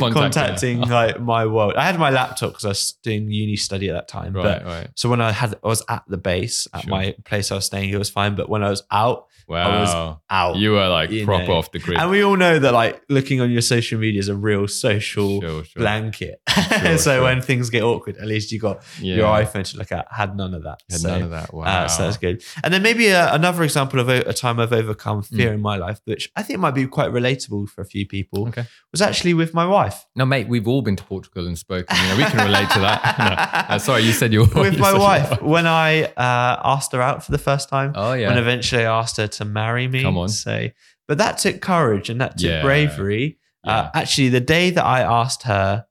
S2: contacting, like my world. I had my laptop because I was doing uni study at that time.
S1: Right,
S2: But
S1: right.
S2: so when I had, I was at the base at
S1: Sure.
S2: my place I was staying. It was fine. But when I was out, was
S1: Wow.
S2: out.
S1: You were like
S2: you
S1: proper
S2: know.
S1: off the grid.
S2: and we all know that like looking on your social media is a real social
S1: Sure, sure.
S2: blanket. *laughs*
S1: Sure,
S2: so
S1: sure.
S2: when things get awkward, at least you got
S1: Yeah.
S2: your iPhone to look at. Had none of that.
S1: Had
S2: so,
S1: none of that. Wow.
S2: uh, so that's good. And then maybe uh another example of a, a time I've overcome
S1: Mm.
S2: fear in my life, which I think might be quite relatable for a few people,
S1: Okay.
S2: was actually with my
S1: *laughs*
S2: wife.
S1: No, mate, we've all been to Portugal and spoken. You know, we can relate to
S2: *laughs*
S1: that. *laughs* No. Uh, sorry, you said *laughs* you were
S2: With
S1: you
S2: my
S1: said you
S2: wife,
S1: were- *laughs*
S2: when I uh, asked her out for the first time,
S1: Oh
S2: when
S1: yeah.
S2: eventually I asked her to marry me.
S1: Come on.
S2: So, but that took courage and that took
S1: Yeah.
S2: bravery. Uh, actually, the day that I asked her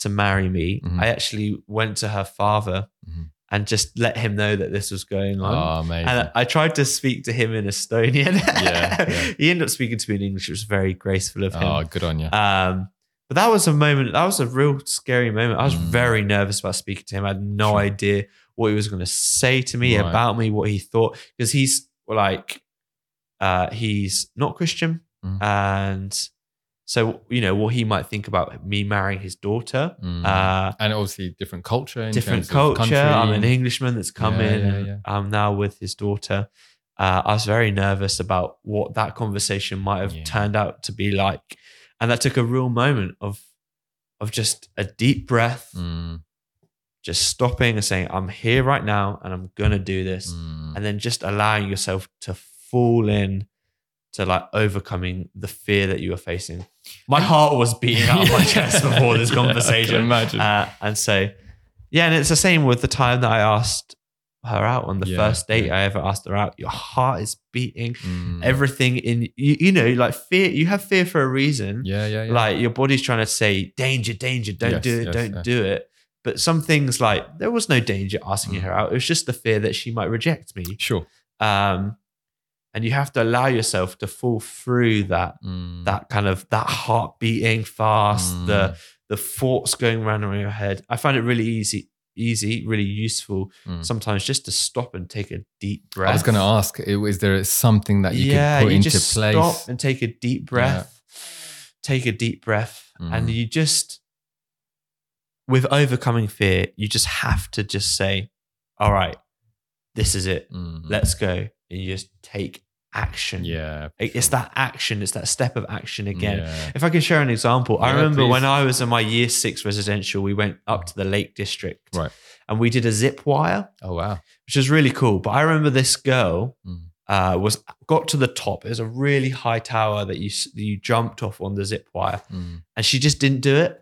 S2: to marry me,
S1: Mhm.
S2: I actually went to her father
S1: Mhm.
S2: and just let him know that this was going on.
S1: oh, mate.
S2: And I tried to speak to him in Estonian.
S1: Yeah, yeah.
S2: *laughs* he ended up speaking to me in English. It was very graceful of him.
S1: Oh, good on you.
S2: Um, but that was a moment. That was a real scary moment. I was
S1: Mm.
S2: very nervous about speaking to him. I had no
S1: Sure.
S2: idea what he was going to say to me
S1: Right.
S2: about me, what he thought, because he's like, uh, he's not Christian,
S1: Mm.
S2: and so you know what he might think about me marrying his daughter.
S1: Mm.
S2: Uh,
S1: and obviously, different culture. In
S2: different
S1: terms
S2: culture.
S1: Of country.
S2: I'm an Englishman that's come
S1: Yeah,
S2: in.
S1: yeah,
S2: and
S1: yeah.
S2: I'm now with his daughter. Uh, I was very nervous about what that conversation might have
S1: Yeah.
S2: turned out to be like, and that took a real moment of, of just a deep breath,
S1: Mm,
S2: just stopping and saying, "I'm here right now, and I'm gonna do this,"
S1: mm.
S2: and then just allowing yourself to fall in to like overcoming the fear that you were facing. My heart was beating out of
S1: *laughs*
S2: my chest before this
S1: Yeah, I can
S2: conversation.
S1: imagine.
S2: Uh, and so, yeah, and it's the same with the time that I asked her out on the
S1: Yeah,
S2: first date
S1: yeah.
S2: I ever asked her out. Your heart is beating.
S1: Mm.
S2: Everything in you, you know, like fear. You have fear for a reason.
S1: yeah, yeah, yeah.
S2: Like your body's trying to say, danger, danger, don't
S1: Yes,
S2: do it,
S1: yes,
S2: don't
S1: yes.
S2: do it. But some things like there was no danger asking
S1: Mm.
S2: her out. It was just the fear that she might reject me.
S1: sure.
S2: Um, and you have to allow yourself to fall through that
S1: Mm.
S2: that kind of that heart beating fast,
S1: Mm.
S2: the the thoughts going round in your head. I find it really easy, easy, really useful
S1: Mm.
S2: sometimes just to stop and take a deep breath.
S1: I was going to ask, i- is there something that you
S2: yeah,
S1: could put
S2: you
S1: into
S2: just
S1: place?
S2: stop and take a deep breath. Take a deep breath, and
S1: Mm.
S2: you just with overcoming fear, you just have to just say, "All right, this is it.
S1: Mm.
S2: Let's go," and you just take action.
S1: yeah.
S2: It- it's that action. It's that step of action again.
S1: Yeah.
S2: If I could share an example, I
S1: Yeah,
S2: remember
S1: please.
S2: when I was in my year six residential, we went up to the Lake District,
S1: Right.
S2: And we did a zip wire,
S1: Oh, wow.
S2: which was really cool. But I remember this girl
S1: Mm.
S2: uh, was got to the top. It was a really high tower that you s- that you jumped off on the zip wire,
S1: Mm.
S2: and she just didn't do it.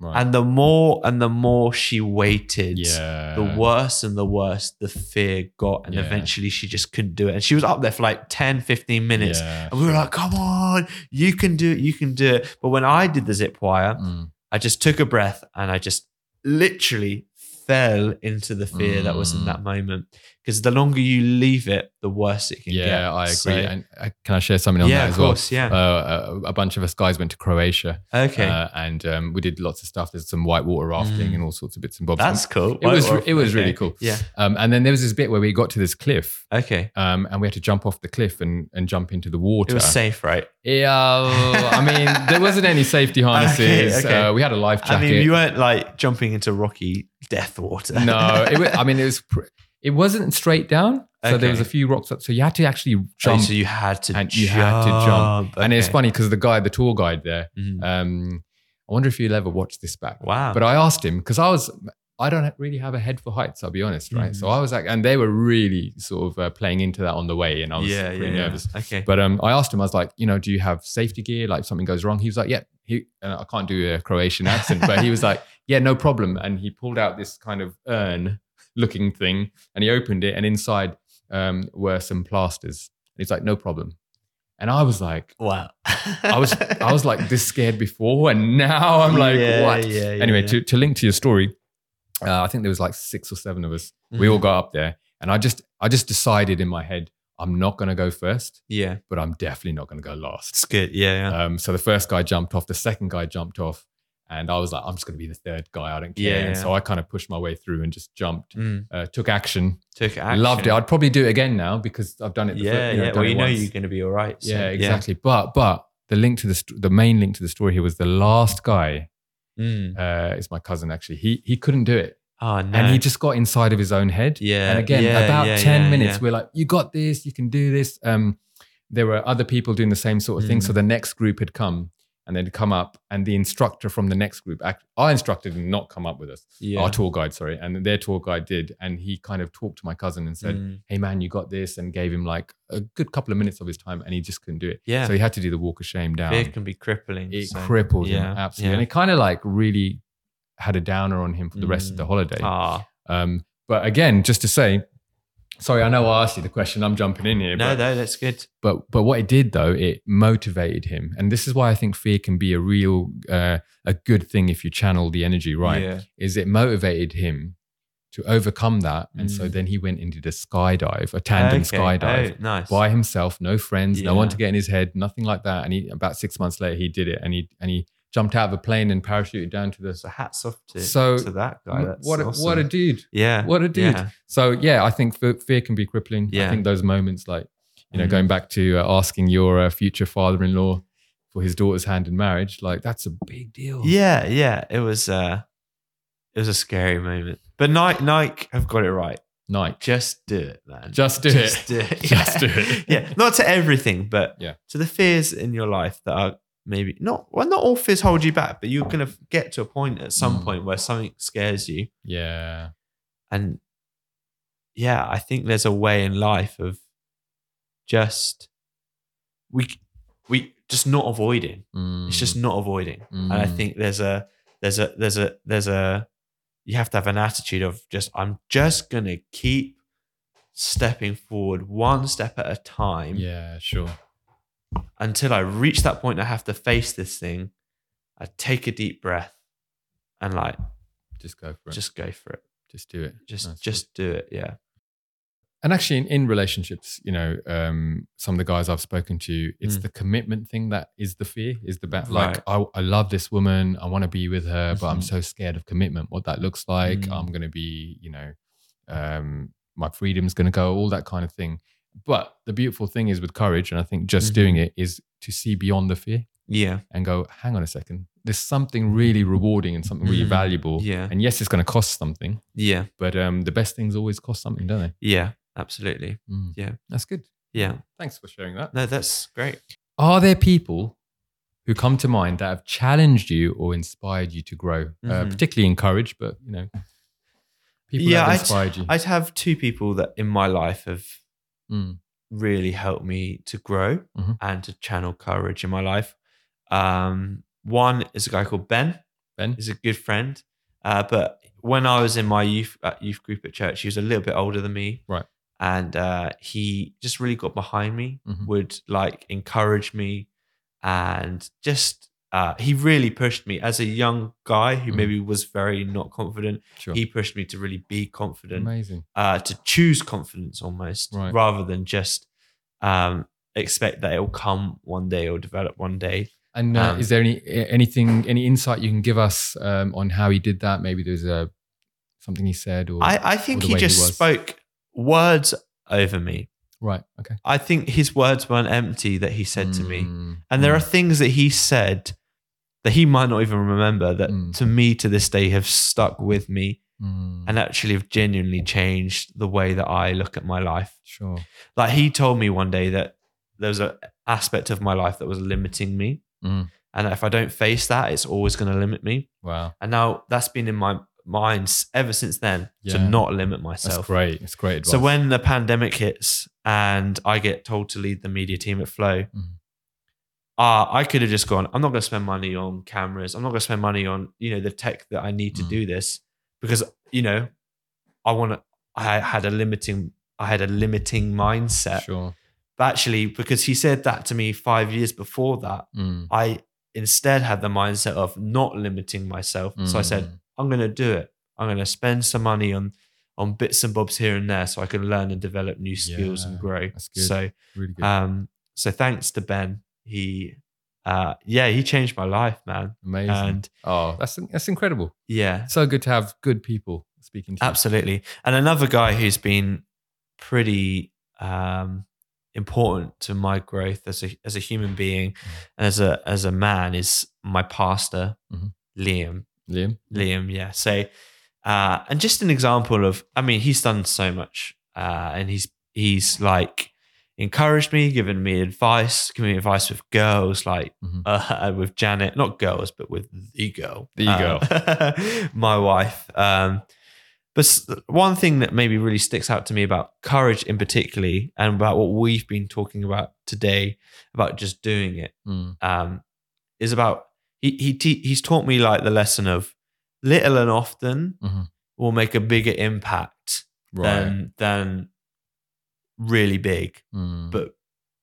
S1: Right.
S2: And the more and the more she waited,
S1: yeah.
S2: the worse and the worse the fear got. And
S1: Yeah.
S2: eventually, she just couldn't do it. And she was up there for like 10, 15 minutes.
S1: Yeah.
S2: And we were like, come on, you can do it, you can do it. But when I did the zip wire,
S1: Mm.
S2: I just took a breath and I just literally fell into the fear that was in
S1: Mm.
S2: that moment. Because the longer you leave it, the worse it can
S1: Yeah,
S2: get.
S1: I agree.
S2: So-
S1: and uh, can I share something on
S2: yeah,
S1: that
S2: of
S1: as well?
S2: course. Yeah.
S1: Uh, a, a bunch of us guys went to Croatia
S2: okay.
S1: uh, and um, we did lots of stuff. There's some white water rafting
S2: Mm.
S1: and all sorts of bits and bobs.
S2: That's cool.
S1: it was
S2: Well,
S1: it was really
S2: okay.
S1: cool.
S2: Yeah.
S1: Um, and then there was this bit where we got to this cliff
S2: Okay.
S1: um, and we had to jump off the cliff and, and jump into the water.
S2: It was safe, right?
S1: Yeah, I mean, there wasn't any safety harnesses.
S2: *laughs* Okay, okay.
S1: Uh, we had a life jacket.
S2: I mean, you weren't like jumping into rocky death
S1: no,
S2: water. *laughs*
S1: it was, I mean, it was. Pr- it wasn't straight down, so there was a
S2: Okay.
S1: few rocks up. So you had to actually
S2: Oh,
S1: jump,
S2: so you had to
S1: and
S2: jump.
S1: you had to jump. and it's
S2: Okay.
S1: funny because the guy, the tour guide there,
S2: Mm.
S1: um, I wonder if you'll ever watch this back.
S2: Wow.
S1: But I asked him because I was, I don't really have a head for heights. I'll be honest, right? So I was like, and they were really sort of uh, playing into that on the way, and I was pretty nervous.
S2: Okay.
S1: But um, I asked him, I was like, you know, do you have safety gear? Like, if something goes wrong, he was like, yeah. He, and I can't do a Croatian accent, but he was like, *laughs* yeah, no problem. And he pulled out this kind of urn-looking thing, and he opened it, and inside um, were some plasters. And he's like, no problem. And I was like,
S2: Wow.
S1: I was, I
S2: *laughs*
S1: was like this scared before, and now I'm like,
S2: Yeah,
S1: what?
S2: yeah, yeah,
S1: anyway,
S2: yeah.
S1: To, to link to your story, uh, I think there was like six or seven of us. We
S2: Mm. Mm-hmm.
S1: all got up there, and I just, I just decided in my head, I'm not going to go first
S2: yeah,
S1: but I'm definitely not going to go last. Uh,
S2: it's good. Yeah, yeah.
S1: Um, so the first guy jumped off, the second guy jumped off, And I was like, I'm just going to be the third guy. I don't care.
S2: Yeah,
S1: And
S2: yeah.
S1: so I kind of pushed my way through and just jumped,
S2: Mm.
S1: uh, took action,
S2: Took action.
S1: loved it. I'd probably do it again now because I've done it. The
S2: yeah,
S1: fir- you know,
S2: yeah.
S1: done
S2: Well,
S1: it
S2: you know
S1: once.
S2: you're going to be all right. so,
S1: yeah, exactly. But but the link to the st- the main link to the story here was the last guy
S2: Mm.
S1: uh, is my cousin actually. He he couldn't do it,
S2: Oh no.
S1: and he just got inside of his own head.
S2: yeah.
S1: And again,
S2: yeah,
S1: about
S2: yeah,
S1: ten
S2: yeah,
S1: minutes,
S2: yeah.
S1: we're like, "You got this. You can do this." Um, there were other people doing the same sort of thing,
S2: Mm.
S1: so the next group had come. And they'd come up, and the instructor from the next group, act- our instructor did not come up with us,
S2: Yeah.
S1: our tour guide, sorry, and their tour guide did. And he kind of talked to my cousin and said,
S2: Mm.
S1: Hey, man, you got this, and gave him like a good couple of minutes of his time, and he just couldn't do it.
S2: Yeah.
S1: So he had to do the walk of shame down.
S2: Fear can be crippling.
S1: It
S2: so-
S1: crippled
S2: yeah,
S1: him absolutely,
S2: yeah.
S1: and it kind of like really had a downer on him for the rest of the holiday.
S2: Ah,
S1: Um, but again, just to say, sorry, I know I asked you the question. I'm jumping in here,
S2: no,
S1: but,
S2: no, that's good.
S1: but but what it did though, it motivated him, and this is why I think fear can be a real uh, a good thing if you channel the energy right.
S2: Yeah.
S1: Is it motivated him to overcome that, and so
S2: Mm.
S1: then he went into the skydive, a tandem
S2: Okay.
S1: skydive
S2: Oh, nice.
S1: by himself, no friends, no one
S2: Yeah.
S1: to get in his head, nothing like that. And he about six months later, he did it, and he and he jumped out of a plane and parachuted down to the.
S2: So hats off to,
S1: So,
S2: to that guy. That's
S1: what a,
S2: awesome.
S1: what a dude!
S2: yeah.
S1: What a dude!
S2: Yeah.
S1: So yeah, I think fe- fear can be crippling. I
S2: Yeah.
S1: think those moments, like you know,
S2: Mhm.
S1: going back to uh, asking your uh, future father-in-law for his daughter's hand in marriage, like that's a big deal.
S2: Yeah, yeah. It was uh it was a scary moment. But Nike Nike have got it right.
S1: Nike,
S2: Just do it, man.
S1: just do
S2: Just
S1: it.
S2: do
S1: *laughs*
S2: it.
S1: Just
S2: Yeah.
S1: do it.
S2: Yeah. Not to everything, but
S1: Yeah.
S2: to the fears in your life that are maybe not well, not all fears hold you back, but you're gonna get to a point at some
S1: Mm.
S2: point where something scares you.
S1: Yeah,
S2: And yeah, I think there's a way in life of just we we just not avoiding. It's just not avoiding. And I
S1: Mm.
S2: think there's a there's a there's a there's a you have to have an attitude of just I'm just gonna keep stepping forward one step at a time
S1: Mm. yeah, sure.
S2: until I reach that point I have to face this thing. I take a deep breath and like
S1: Just go for it. Just,
S2: just go for it.
S1: do it.
S2: Just
S1: That's good.
S2: just do it. Yeah.
S1: and actually in, in relationships you know um some of the guys i've spoken to it's
S2: Mm.
S1: the commitment thing that is the fear is the ba- like
S2: Right.
S1: I, I love this woman i want to be with her but i'm
S2: Mhm.
S1: so scared of commitment what that looks like
S2: Mm.
S1: i'm going to be you know um my freedom's going to go all that kind of thing but the beautiful thing is with courage and i think just
S2: Mhm.
S1: doing it is to see beyond the fear
S2: Yeah.
S1: and go hang on a second there's something really rewarding and something really
S2: Mm.
S1: valuable
S2: Mm-hmm. Yeah.
S1: and yes it's going to cost something
S2: Yeah.
S1: but um the best things always cost something don't they
S2: Yeah. Absolutely.
S1: Mm.
S2: Yeah.
S1: that's good
S2: Yeah.
S1: Thanks for sharing that.
S2: No, that's great.
S1: Are there people who come to mind that have challenged you or inspired you to grow, uh,
S2: Mhm.
S1: particularly encouraged, but you know, people
S2: Yeah,
S1: that
S2: I'd-
S1: have inspired you?
S2: I'd have two people that in my life have
S1: Mm.
S2: really helped me to grow
S1: Mhm.
S2: and to channel courage in my life. Um, one is a guy called Ben.
S1: Ben?
S2: He's a good friend, uh, but when I was in my youth uh, youth group at church, he was a little bit older than me,
S1: Right.
S2: And uh, he just really got behind me,
S1: Mhm.
S2: would like encourage me, and just uh, he really pushed me as a young guy who
S1: Mhm.
S2: maybe was very not confident.
S1: Sure.
S2: He pushed me to really be confident
S1: Amazing.
S2: uh, to choose confidence almost
S1: Right.
S2: rather than just um, expect that it'll come one day or develop one day.
S1: And uh,
S2: Um,
S1: is there any anything, any insight you can give us um, on how he did that? Maybe there's a something he said, or
S2: I, I think
S1: the
S2: he
S1: way he
S2: just
S1: was.
S2: spoke words over me.
S1: right? Okay.
S2: I think his words weren't empty that he said to me.
S1: Mm,
S2: And there
S1: mm,
S2: are things that he said that he might not even remember that
S1: Mm.
S2: to me to this day have stuck with me
S1: mm,
S2: and actually have genuinely changed the way that I look at my life.
S1: sure.
S2: like he told me one day that there was an aspect of my life that was limiting me
S1: Mm.
S2: and if i don't face that it's always going to limit me
S1: Wow,
S2: and now that's been in my mind s- ever since then
S1: Yeah.
S2: to not limit
S1: that's
S2: myself
S1: great. It's great advice.
S2: so when the pandemic hits and i get told to lead the media team at flow
S1: Mm.
S2: uh, i could have just gone i'm not going to spend money on cameras i'm not going to spend money on you know the tech that i need to
S1: Mm.
S2: do this because you know i want to i had a limiting i had a limiting mindset
S1: sure.
S2: but actually, because he said that to me five years before that,
S1: Mm,
S2: I instead had the mindset of not limiting myself. So I said,
S1: mm,
S2: I'm going to do it. I'm going to spend some money on on bits and bobs here and there, so I can learn and develop new skills
S1: Yeah,
S2: and grow. uh, um,
S1: that's good.
S2: So,
S1: really good.
S2: um, so thanks to Ben, he uh, yeah, he changed my life, man.
S1: Amazing.
S2: And
S1: oh, that's that's incredible.
S2: yeah,
S1: So good to have good people speaking to you.
S2: absolutely. And another guy who's been pretty um, important to my growth as a as a human being and as a as a man is my pastor,
S1: Mhm.
S2: Liam.
S1: Liam.
S2: Liam, yeah. So, uh, and just an example of, I mean, he's done so much, uh, and he's he's like encouraged me, given me advice, giving me advice with girls, like
S1: Mhm.
S2: *laughs* uh, with Janet, not girls, but with the girl,
S1: The
S2: girl, *laughs* my wife. Um, but s- one thing that maybe really sticks out to me about courage, in particularly, and about what we've been talking about today, about just doing it
S1: Mm,
S2: um, is about he, he te- he's taught me like the lesson of little and often
S1: Mhm.
S2: will make a bigger impact
S1: right.
S2: than than really big,
S1: Mm,
S2: but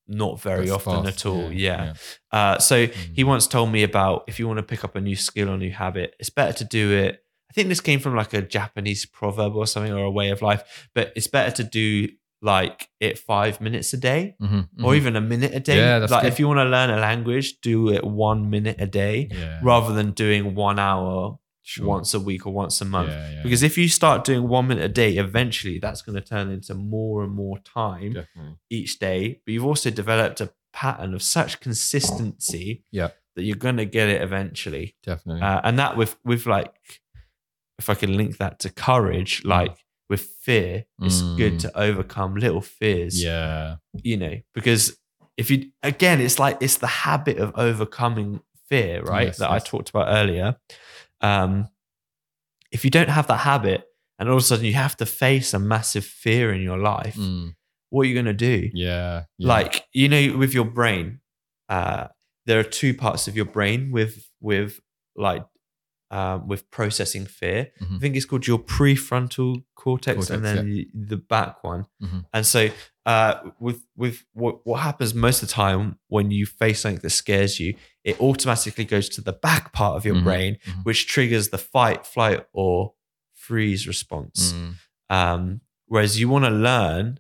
S2: not very
S1: that's
S2: often
S1: fast. Mm.
S2: at all. Yeah. Uh, so he once told me about if you want to pick up a new skill or new habit, it's better to do it. I think this came from like a Japanese proverb or something or a way of life, but it's better to do like it five minutes a day
S1: Mhm, mhm.
S2: or even a minute a day.
S1: Yeah, that's
S2: like
S1: good.
S2: if you want to learn a language, do it one minute a day
S1: yeah.
S2: rather than doing one hour
S1: Sure.
S2: once a week or once a month.
S1: Yeah, yeah,
S2: Because if you start doing one minute a day, eventually that's going to turn into more and more time
S1: definitely.
S2: each day. But you've also developed a pattern of such consistency
S1: Yeah.
S2: that you're going to get it eventually.
S1: Definitely.
S2: Uh, and that with with like, if I can link that to courage, like with fear, it's
S1: Mm.
S2: good to overcome little fears
S1: yeah.
S2: you know, because if you again, it's like it's the habit of overcoming fear, right?
S1: Yes,
S2: that
S1: yes.
S2: I talked about earlier. Um, if you don't have that habit, and all of a sudden you have to face a massive fear in your life,
S1: Mm,
S2: what are you going to do?
S1: yeah. yeah.
S2: Like you know, with your brain, uh, there are two parts of your brain with with like um, with processing fear. I
S1: Mhm.
S2: think it's called your prefrontal cortex,
S1: Cortex,
S2: and then the, the back one.
S1: Mhm.
S2: And so, uh, with with what what happens most of the time when you face something that scares you, it automatically goes to the back part of your
S1: Mhm.
S2: brain,
S1: Mhm.
S2: which triggers the fight, flight, or freeze response.
S1: Mm,
S2: Um, whereas you want to learn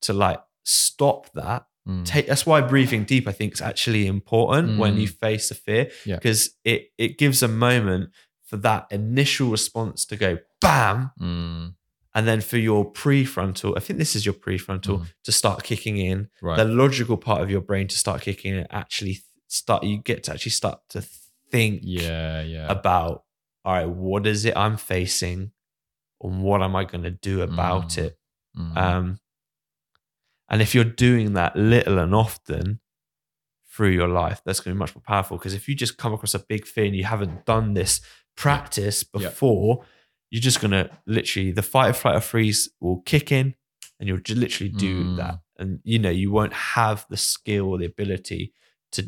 S2: to like stop that
S1: mm,
S2: take that's why breathing deep i think is actually important when
S1: Mm.
S2: you face a fear
S1: Yeah.
S2: because it it gives a moment for that initial response to go bam
S1: mm,
S2: and then for your prefrontal i think this is your prefrontal to start kicking in
S1: Mm. right.
S2: the logical part of your brain to start kicking in actually th- start you get to actually start to think
S1: yeah. Yeah.
S2: about all right what is it i'm facing and what am i going to do about
S1: Mm.
S2: it
S1: Mm,
S2: um, and if you're doing that little and often through your life, that's going to be much more powerful. Because if you just come across a big fear and you haven't done this practice
S1: Yeah.
S2: before, you're just going to literally, the fight, or flight, or freeze will kick in and you'll just literally do
S1: Mm.
S2: that. And, you know, you won't have the skill or the ability to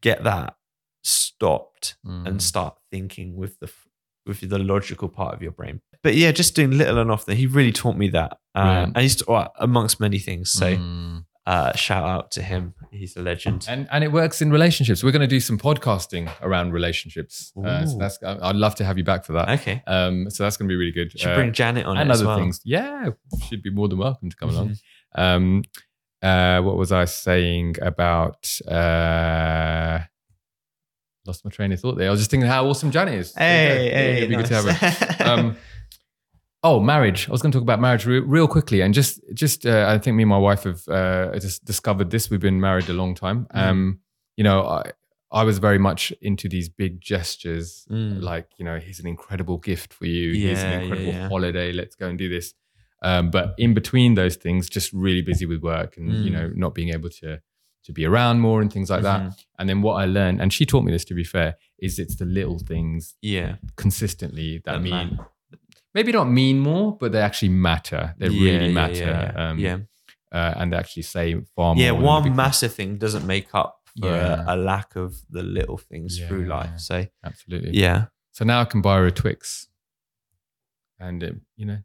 S2: get that stopped
S1: mm.
S2: and start thinking with the with the logical part of your brain. But yeah, just doing little and often. He really taught me that, uh,
S1: Brilliant.
S2: and he's well, amongst many things. So
S1: Mm.
S2: uh, shout out to him. He's a
S1: *laughs*
S2: legend.
S1: and and it works in relationships. We're going to do some podcasting around relationships. Uh, so
S2: Ooh.
S1: that's I- I'd love to have you back for that.
S2: Okay,
S1: Um, so that's going to be really good.
S2: should
S1: Uh,
S2: bring Janet on
S1: and
S2: it as
S1: other
S2: well. Mm-hmm.
S1: things. Yeah, she'd be more than welcome to come along. Um, uh, what was I saying about? Uh, lost my train of thought there. I was just thinking how awesome Janet is. There
S2: Hey,
S1: you go.
S2: hey,
S1: it'd be good to have her
S2: nice. *laughs*
S1: um, oh, marriage. I was going to talk about marriage re- real quickly, and just just uh, I think me and my wife have uh, just discovered this. We've been married a long time.
S2: Mm-hmm.
S1: Um, you know, I I was very much into these big gestures,
S2: Mm.
S1: like you know, here's an incredible gift for you. here's
S2: Yeah, yeah,
S1: an incredible
S2: yeah.
S1: holiday. Let's go and do this. Um, but in between those things, just really busy with work and you
S2: Mm.
S1: know not being able to to be around more and things like that.
S2: Mhm.
S1: And then what I learned, and she taught me this to be fair, is it's the little things
S2: Yeah,
S1: consistently that
S2: That
S1: mean
S2: matter.
S1: maybe not mean more, but they actually matter. They
S2: Yeah,
S1: really
S2: yeah,
S1: matter,
S2: Yeah, yeah.
S1: Um,
S2: yeah.
S1: uh, and they actually say far more.
S2: Yeah,
S1: than the big
S2: one
S1: things.
S2: massive thing doesn't make up for
S1: Yeah.
S2: a, a lack of the little things through
S1: Yeah.
S2: life. So
S1: absolutely.
S2: yeah,
S1: So now I can buy her a Twix, and it, you know,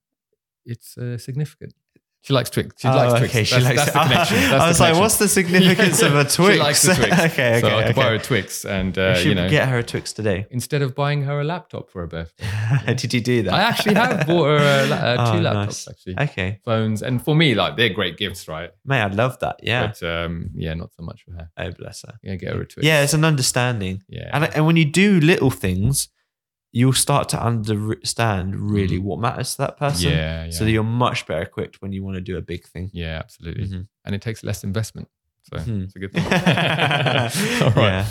S1: it's uh, significant. She likes Twix. She likes Twix.
S2: Oh, okay, she
S1: that's,
S2: likes
S1: that's
S2: *laughs*
S1: the connection. That's
S2: I was
S1: the
S2: like,
S1: connection.
S2: what's the significance of a
S1: *laughs* She
S2: Twix?
S1: likes the Twix.
S2: *laughs* okay, okay.
S1: so I
S2: okay.
S1: could borrow Twix and,
S2: I
S1: uh,
S2: should
S1: you know,
S2: get her a Twix
S1: *laughs*
S2: today. *laughs*
S1: instead of buying her a laptop for her birthday.
S2: Did you do that?
S1: I actually have bought her a, la- uh, two
S2: *laughs* Oh,
S1: laptops,
S2: nice.
S1: actually.
S2: Okay,
S1: Phones. And for me, like, they're great gifts, right?
S2: mate, I love that. Yeah.
S1: But um, yeah, not so much for her.
S2: Oh, bless her.
S1: Yeah, get her a Twix.
S2: Yeah, it's an understanding,
S1: Yeah.
S2: and and when you do little things, you'll start to understand really what matters to that person.
S1: Mm-hmm. yeah, yeah.
S2: So that you're much better equipped when you want to do a big thing.
S1: yeah, absolutely.
S2: Mhm.
S1: And it takes less investment. So
S2: Hmm. *laughs*
S1: it's a good thing. *laughs* All right.
S2: Yeah.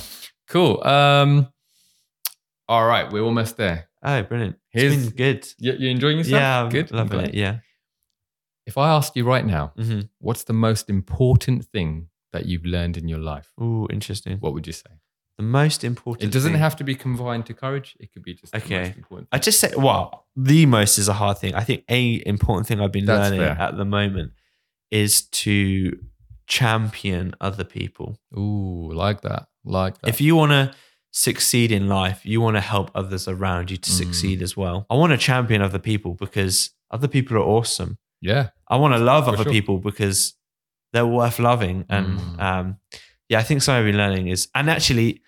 S1: Cool. Um, all right. We're almost there.
S2: Oh, brilliant.
S1: Here's-
S2: it's been good.
S1: You, you enjoying yourself?
S2: Yeah, I'm
S1: Good. I'm
S2: Loving
S1: glad.
S2: it. Yeah.
S1: If I asked you right now,
S2: hmm
S1: what's the most important thing that you've learned in your life?
S2: Ooh, interesting.
S1: What would you say?
S2: The most important.
S1: It doesn't
S2: thing-
S1: have to be confined to courage. It could be just the
S2: Okay.
S1: most important.
S2: I just say, well, the most is a hard thing. I think a important thing I've been
S1: That's
S2: learning
S1: fair.
S2: at the moment is to champion other people.
S1: Ooh, like that. Like that.
S2: If you want to succeed in life, you want to help others around you to
S1: Mm.
S2: succeed as well. I want to champion other people because other people are awesome.
S1: yeah.
S2: I want to love
S1: For
S2: other
S1: sure.
S2: people because they're worth loving. And
S1: Mm.
S2: um, yeah, I think something I've been learning is, and actually,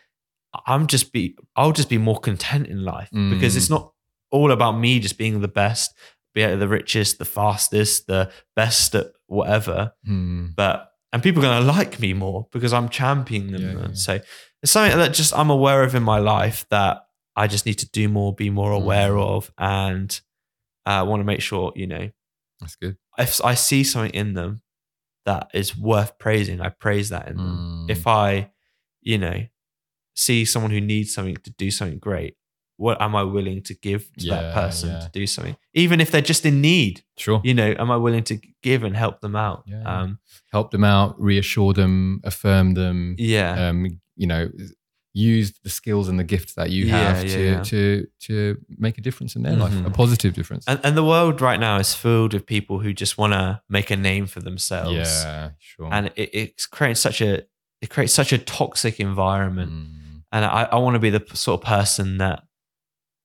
S2: I'm just be, I'll just be more content in life because
S1: Mm.
S2: it's not all about me just being the best, be it the richest, the fastest, the best at whatever.
S1: Hmm.
S2: But and people are going to like me more because I'm championing them.
S1: Yeah, yeah, yeah.
S2: So it's something that just I'm aware of in my life that I just need to do more, be more
S1: Mm.
S2: aware of, and uh, want to make sure you know
S1: That's good.
S2: if I see something in them that is worth praising, I praise that in them.
S1: Mm.
S2: Um, If I, you know, see someone who needs something to do something great, what am I willing to give to
S1: Yeah,
S2: that person
S1: yeah.
S2: to do something? Even if they're just in need,
S1: sure.
S2: you know, am I willing to give and help them out?
S1: Yeah, yeah.
S2: Um,
S1: Help them out, reassure them, affirm them.
S2: yeah,
S1: um, you know, use the skills and the gifts that you
S2: Yeah,
S1: have
S2: yeah,
S1: to
S2: yeah.
S1: to to make a difference in their life,
S2: Mhm.
S1: a positive difference.
S2: and and the world right now is filled with people who just want to make a name for themselves,
S1: yeah, sure.
S2: and it, it's creating such a it creates such a toxic environment.
S1: Mm,
S2: and I, I want to be the p- sort of person that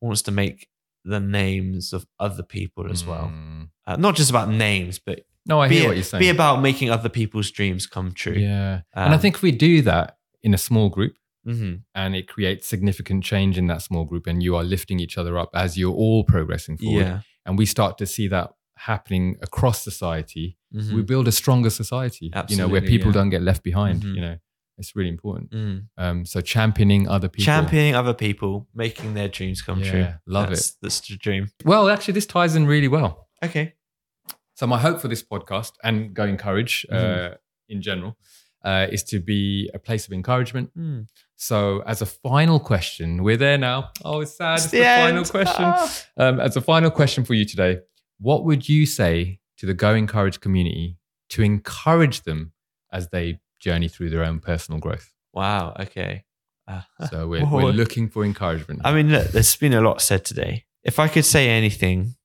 S2: wants to make the names of other people as well.
S1: mm.
S2: Uh, not just about names, but
S1: No, I
S2: be,
S1: hear what you're saying.
S2: be about making other people's dreams come true.
S1: yeah, and I
S2: Um,
S1: think if we do that in a small group,
S2: mhm.
S1: and it creates significant change in that small group, and you are lifting each other up as you're all progressing forward,
S2: yeah,
S1: and we start to see that happening across society,
S2: Mhm.
S1: we build a stronger society. you know, where
S2: Absolutely,
S1: people
S2: yeah.
S1: don't get left behind.
S2: Mhm.
S1: You know, it's really important.
S2: Mm.
S1: Um, so championing other people.
S2: championing other people, making their dreams come
S1: Yeah,
S2: true.
S1: love
S2: that's, it. That's the dream.
S1: it. Well, actually, this ties in really well.
S2: Okay.
S1: So my hope for this podcast and Go Encourage uh,
S2: Mhm.
S1: in general uh, is to be a place of encouragement.
S2: Mm.
S1: So as a final question, we're there now. Oh, it's sad. It's,
S2: It's
S1: the, final
S2: end.
S1: question.
S2: Ah.
S1: Um, as a final question for you today, what would you say to the Go Encourage community to encourage them as they journey through their own personal growth?
S2: Wow. Okay. Uh, *laughs*
S1: So we're,
S2: Whoa.
S1: we're looking for encouragement.
S2: I mean, look, there's been a lot said today. If I could say anything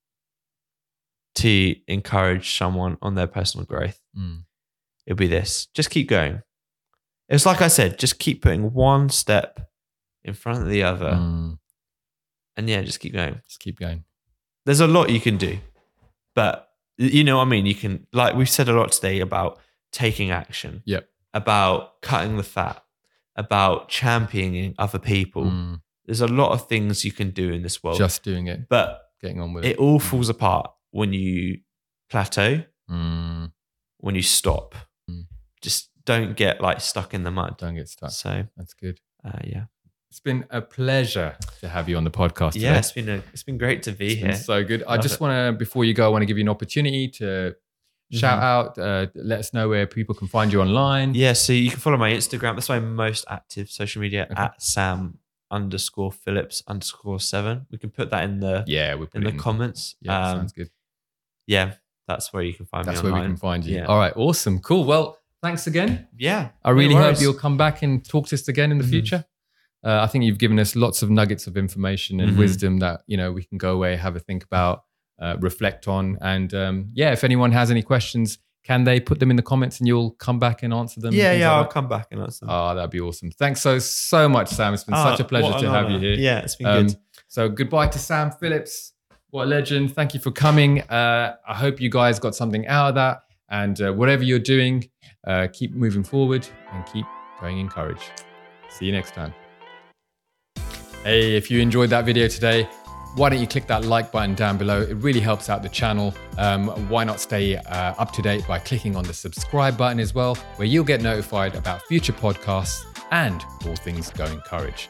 S2: to encourage someone on their personal growth,
S1: Mm.
S2: it'll be this just keep going. It's like I said, just keep putting one step in front of the other.
S1: Mm,
S2: And yeah, just keep going.
S1: just keep going.
S2: There's a lot you can do, but you know what I mean? You can, like, we've said a lot today about taking action,
S1: Yep.
S2: about cutting the fat, about championing other people.
S1: Mm,
S2: There's a lot of things you can do in this world.
S1: just doing it.
S2: but
S1: getting on with it.
S2: it all falls apart when you plateau,
S1: Mm,
S2: when you stop.
S1: Mm.
S2: Just don't get like stuck in the mud.
S1: don't get stuck.
S2: So
S1: That's good.
S2: uh, yeah,
S1: It's been a pleasure to have you on the podcast.
S2: yeah,
S1: today.
S2: it's been a, it's been great to be
S1: it's
S2: here.
S1: been so good. I
S2: Love
S1: just
S2: it.
S1: want to, before you go, I want to give you an opportunity to shout out, uh, let us know where people can find you online.
S2: Mm-hmm. yeah, so you can follow my Instagram. That's my most active social media at Sam underscore Phillips underscore seven. We can put that in the
S1: yeah we put
S2: in
S1: it
S2: the
S1: in.
S2: comments.
S1: Yeah,
S2: um,
S1: sounds good.
S2: yeah, that's where you can find
S1: That's
S2: me
S1: where we
S2: um, online.
S1: can find you.
S2: Yeah.
S1: All right, awesome, cool. Well, thanks again.
S2: yeah,
S1: I
S2: no
S1: really hope
S2: worries.
S1: you'll come back and talk to us again in the
S2: Mhm.
S1: future. Uh, I think you've given us lots of nuggets of information and
S2: Mhm.
S1: wisdom that you know we can go away, have a think about, uh, reflect on, and um, yeah, if anyone has any questions, can they put them in the comments and you'll come back and answer them? and
S2: Yeah,
S1: things
S2: yeah, I'll
S1: like that?
S2: come back and answer. them.
S1: Oh, that'd be awesome. Thanks so so much, Sam. It's been
S2: Ah,
S1: such a pleasure
S2: what
S1: to
S2: an
S1: have you
S2: honor.
S1: here.
S2: Yeah, it's been
S1: Um,
S2: good.
S1: so goodbye to Sam Phillips. What a legend. Thank you for coming. Uh, I hope you guys got something out of that. And uh, whatever you're doing, uh, keep moving forward and keep going in courage. See you next time. Hey, if you enjoyed that video today, why don't you click that like button down below? It really helps out the channel. Um, why not stay uh, up to date by clicking on the subscribe button as well, where you'll get notified about future podcasts and all things Go Encourage.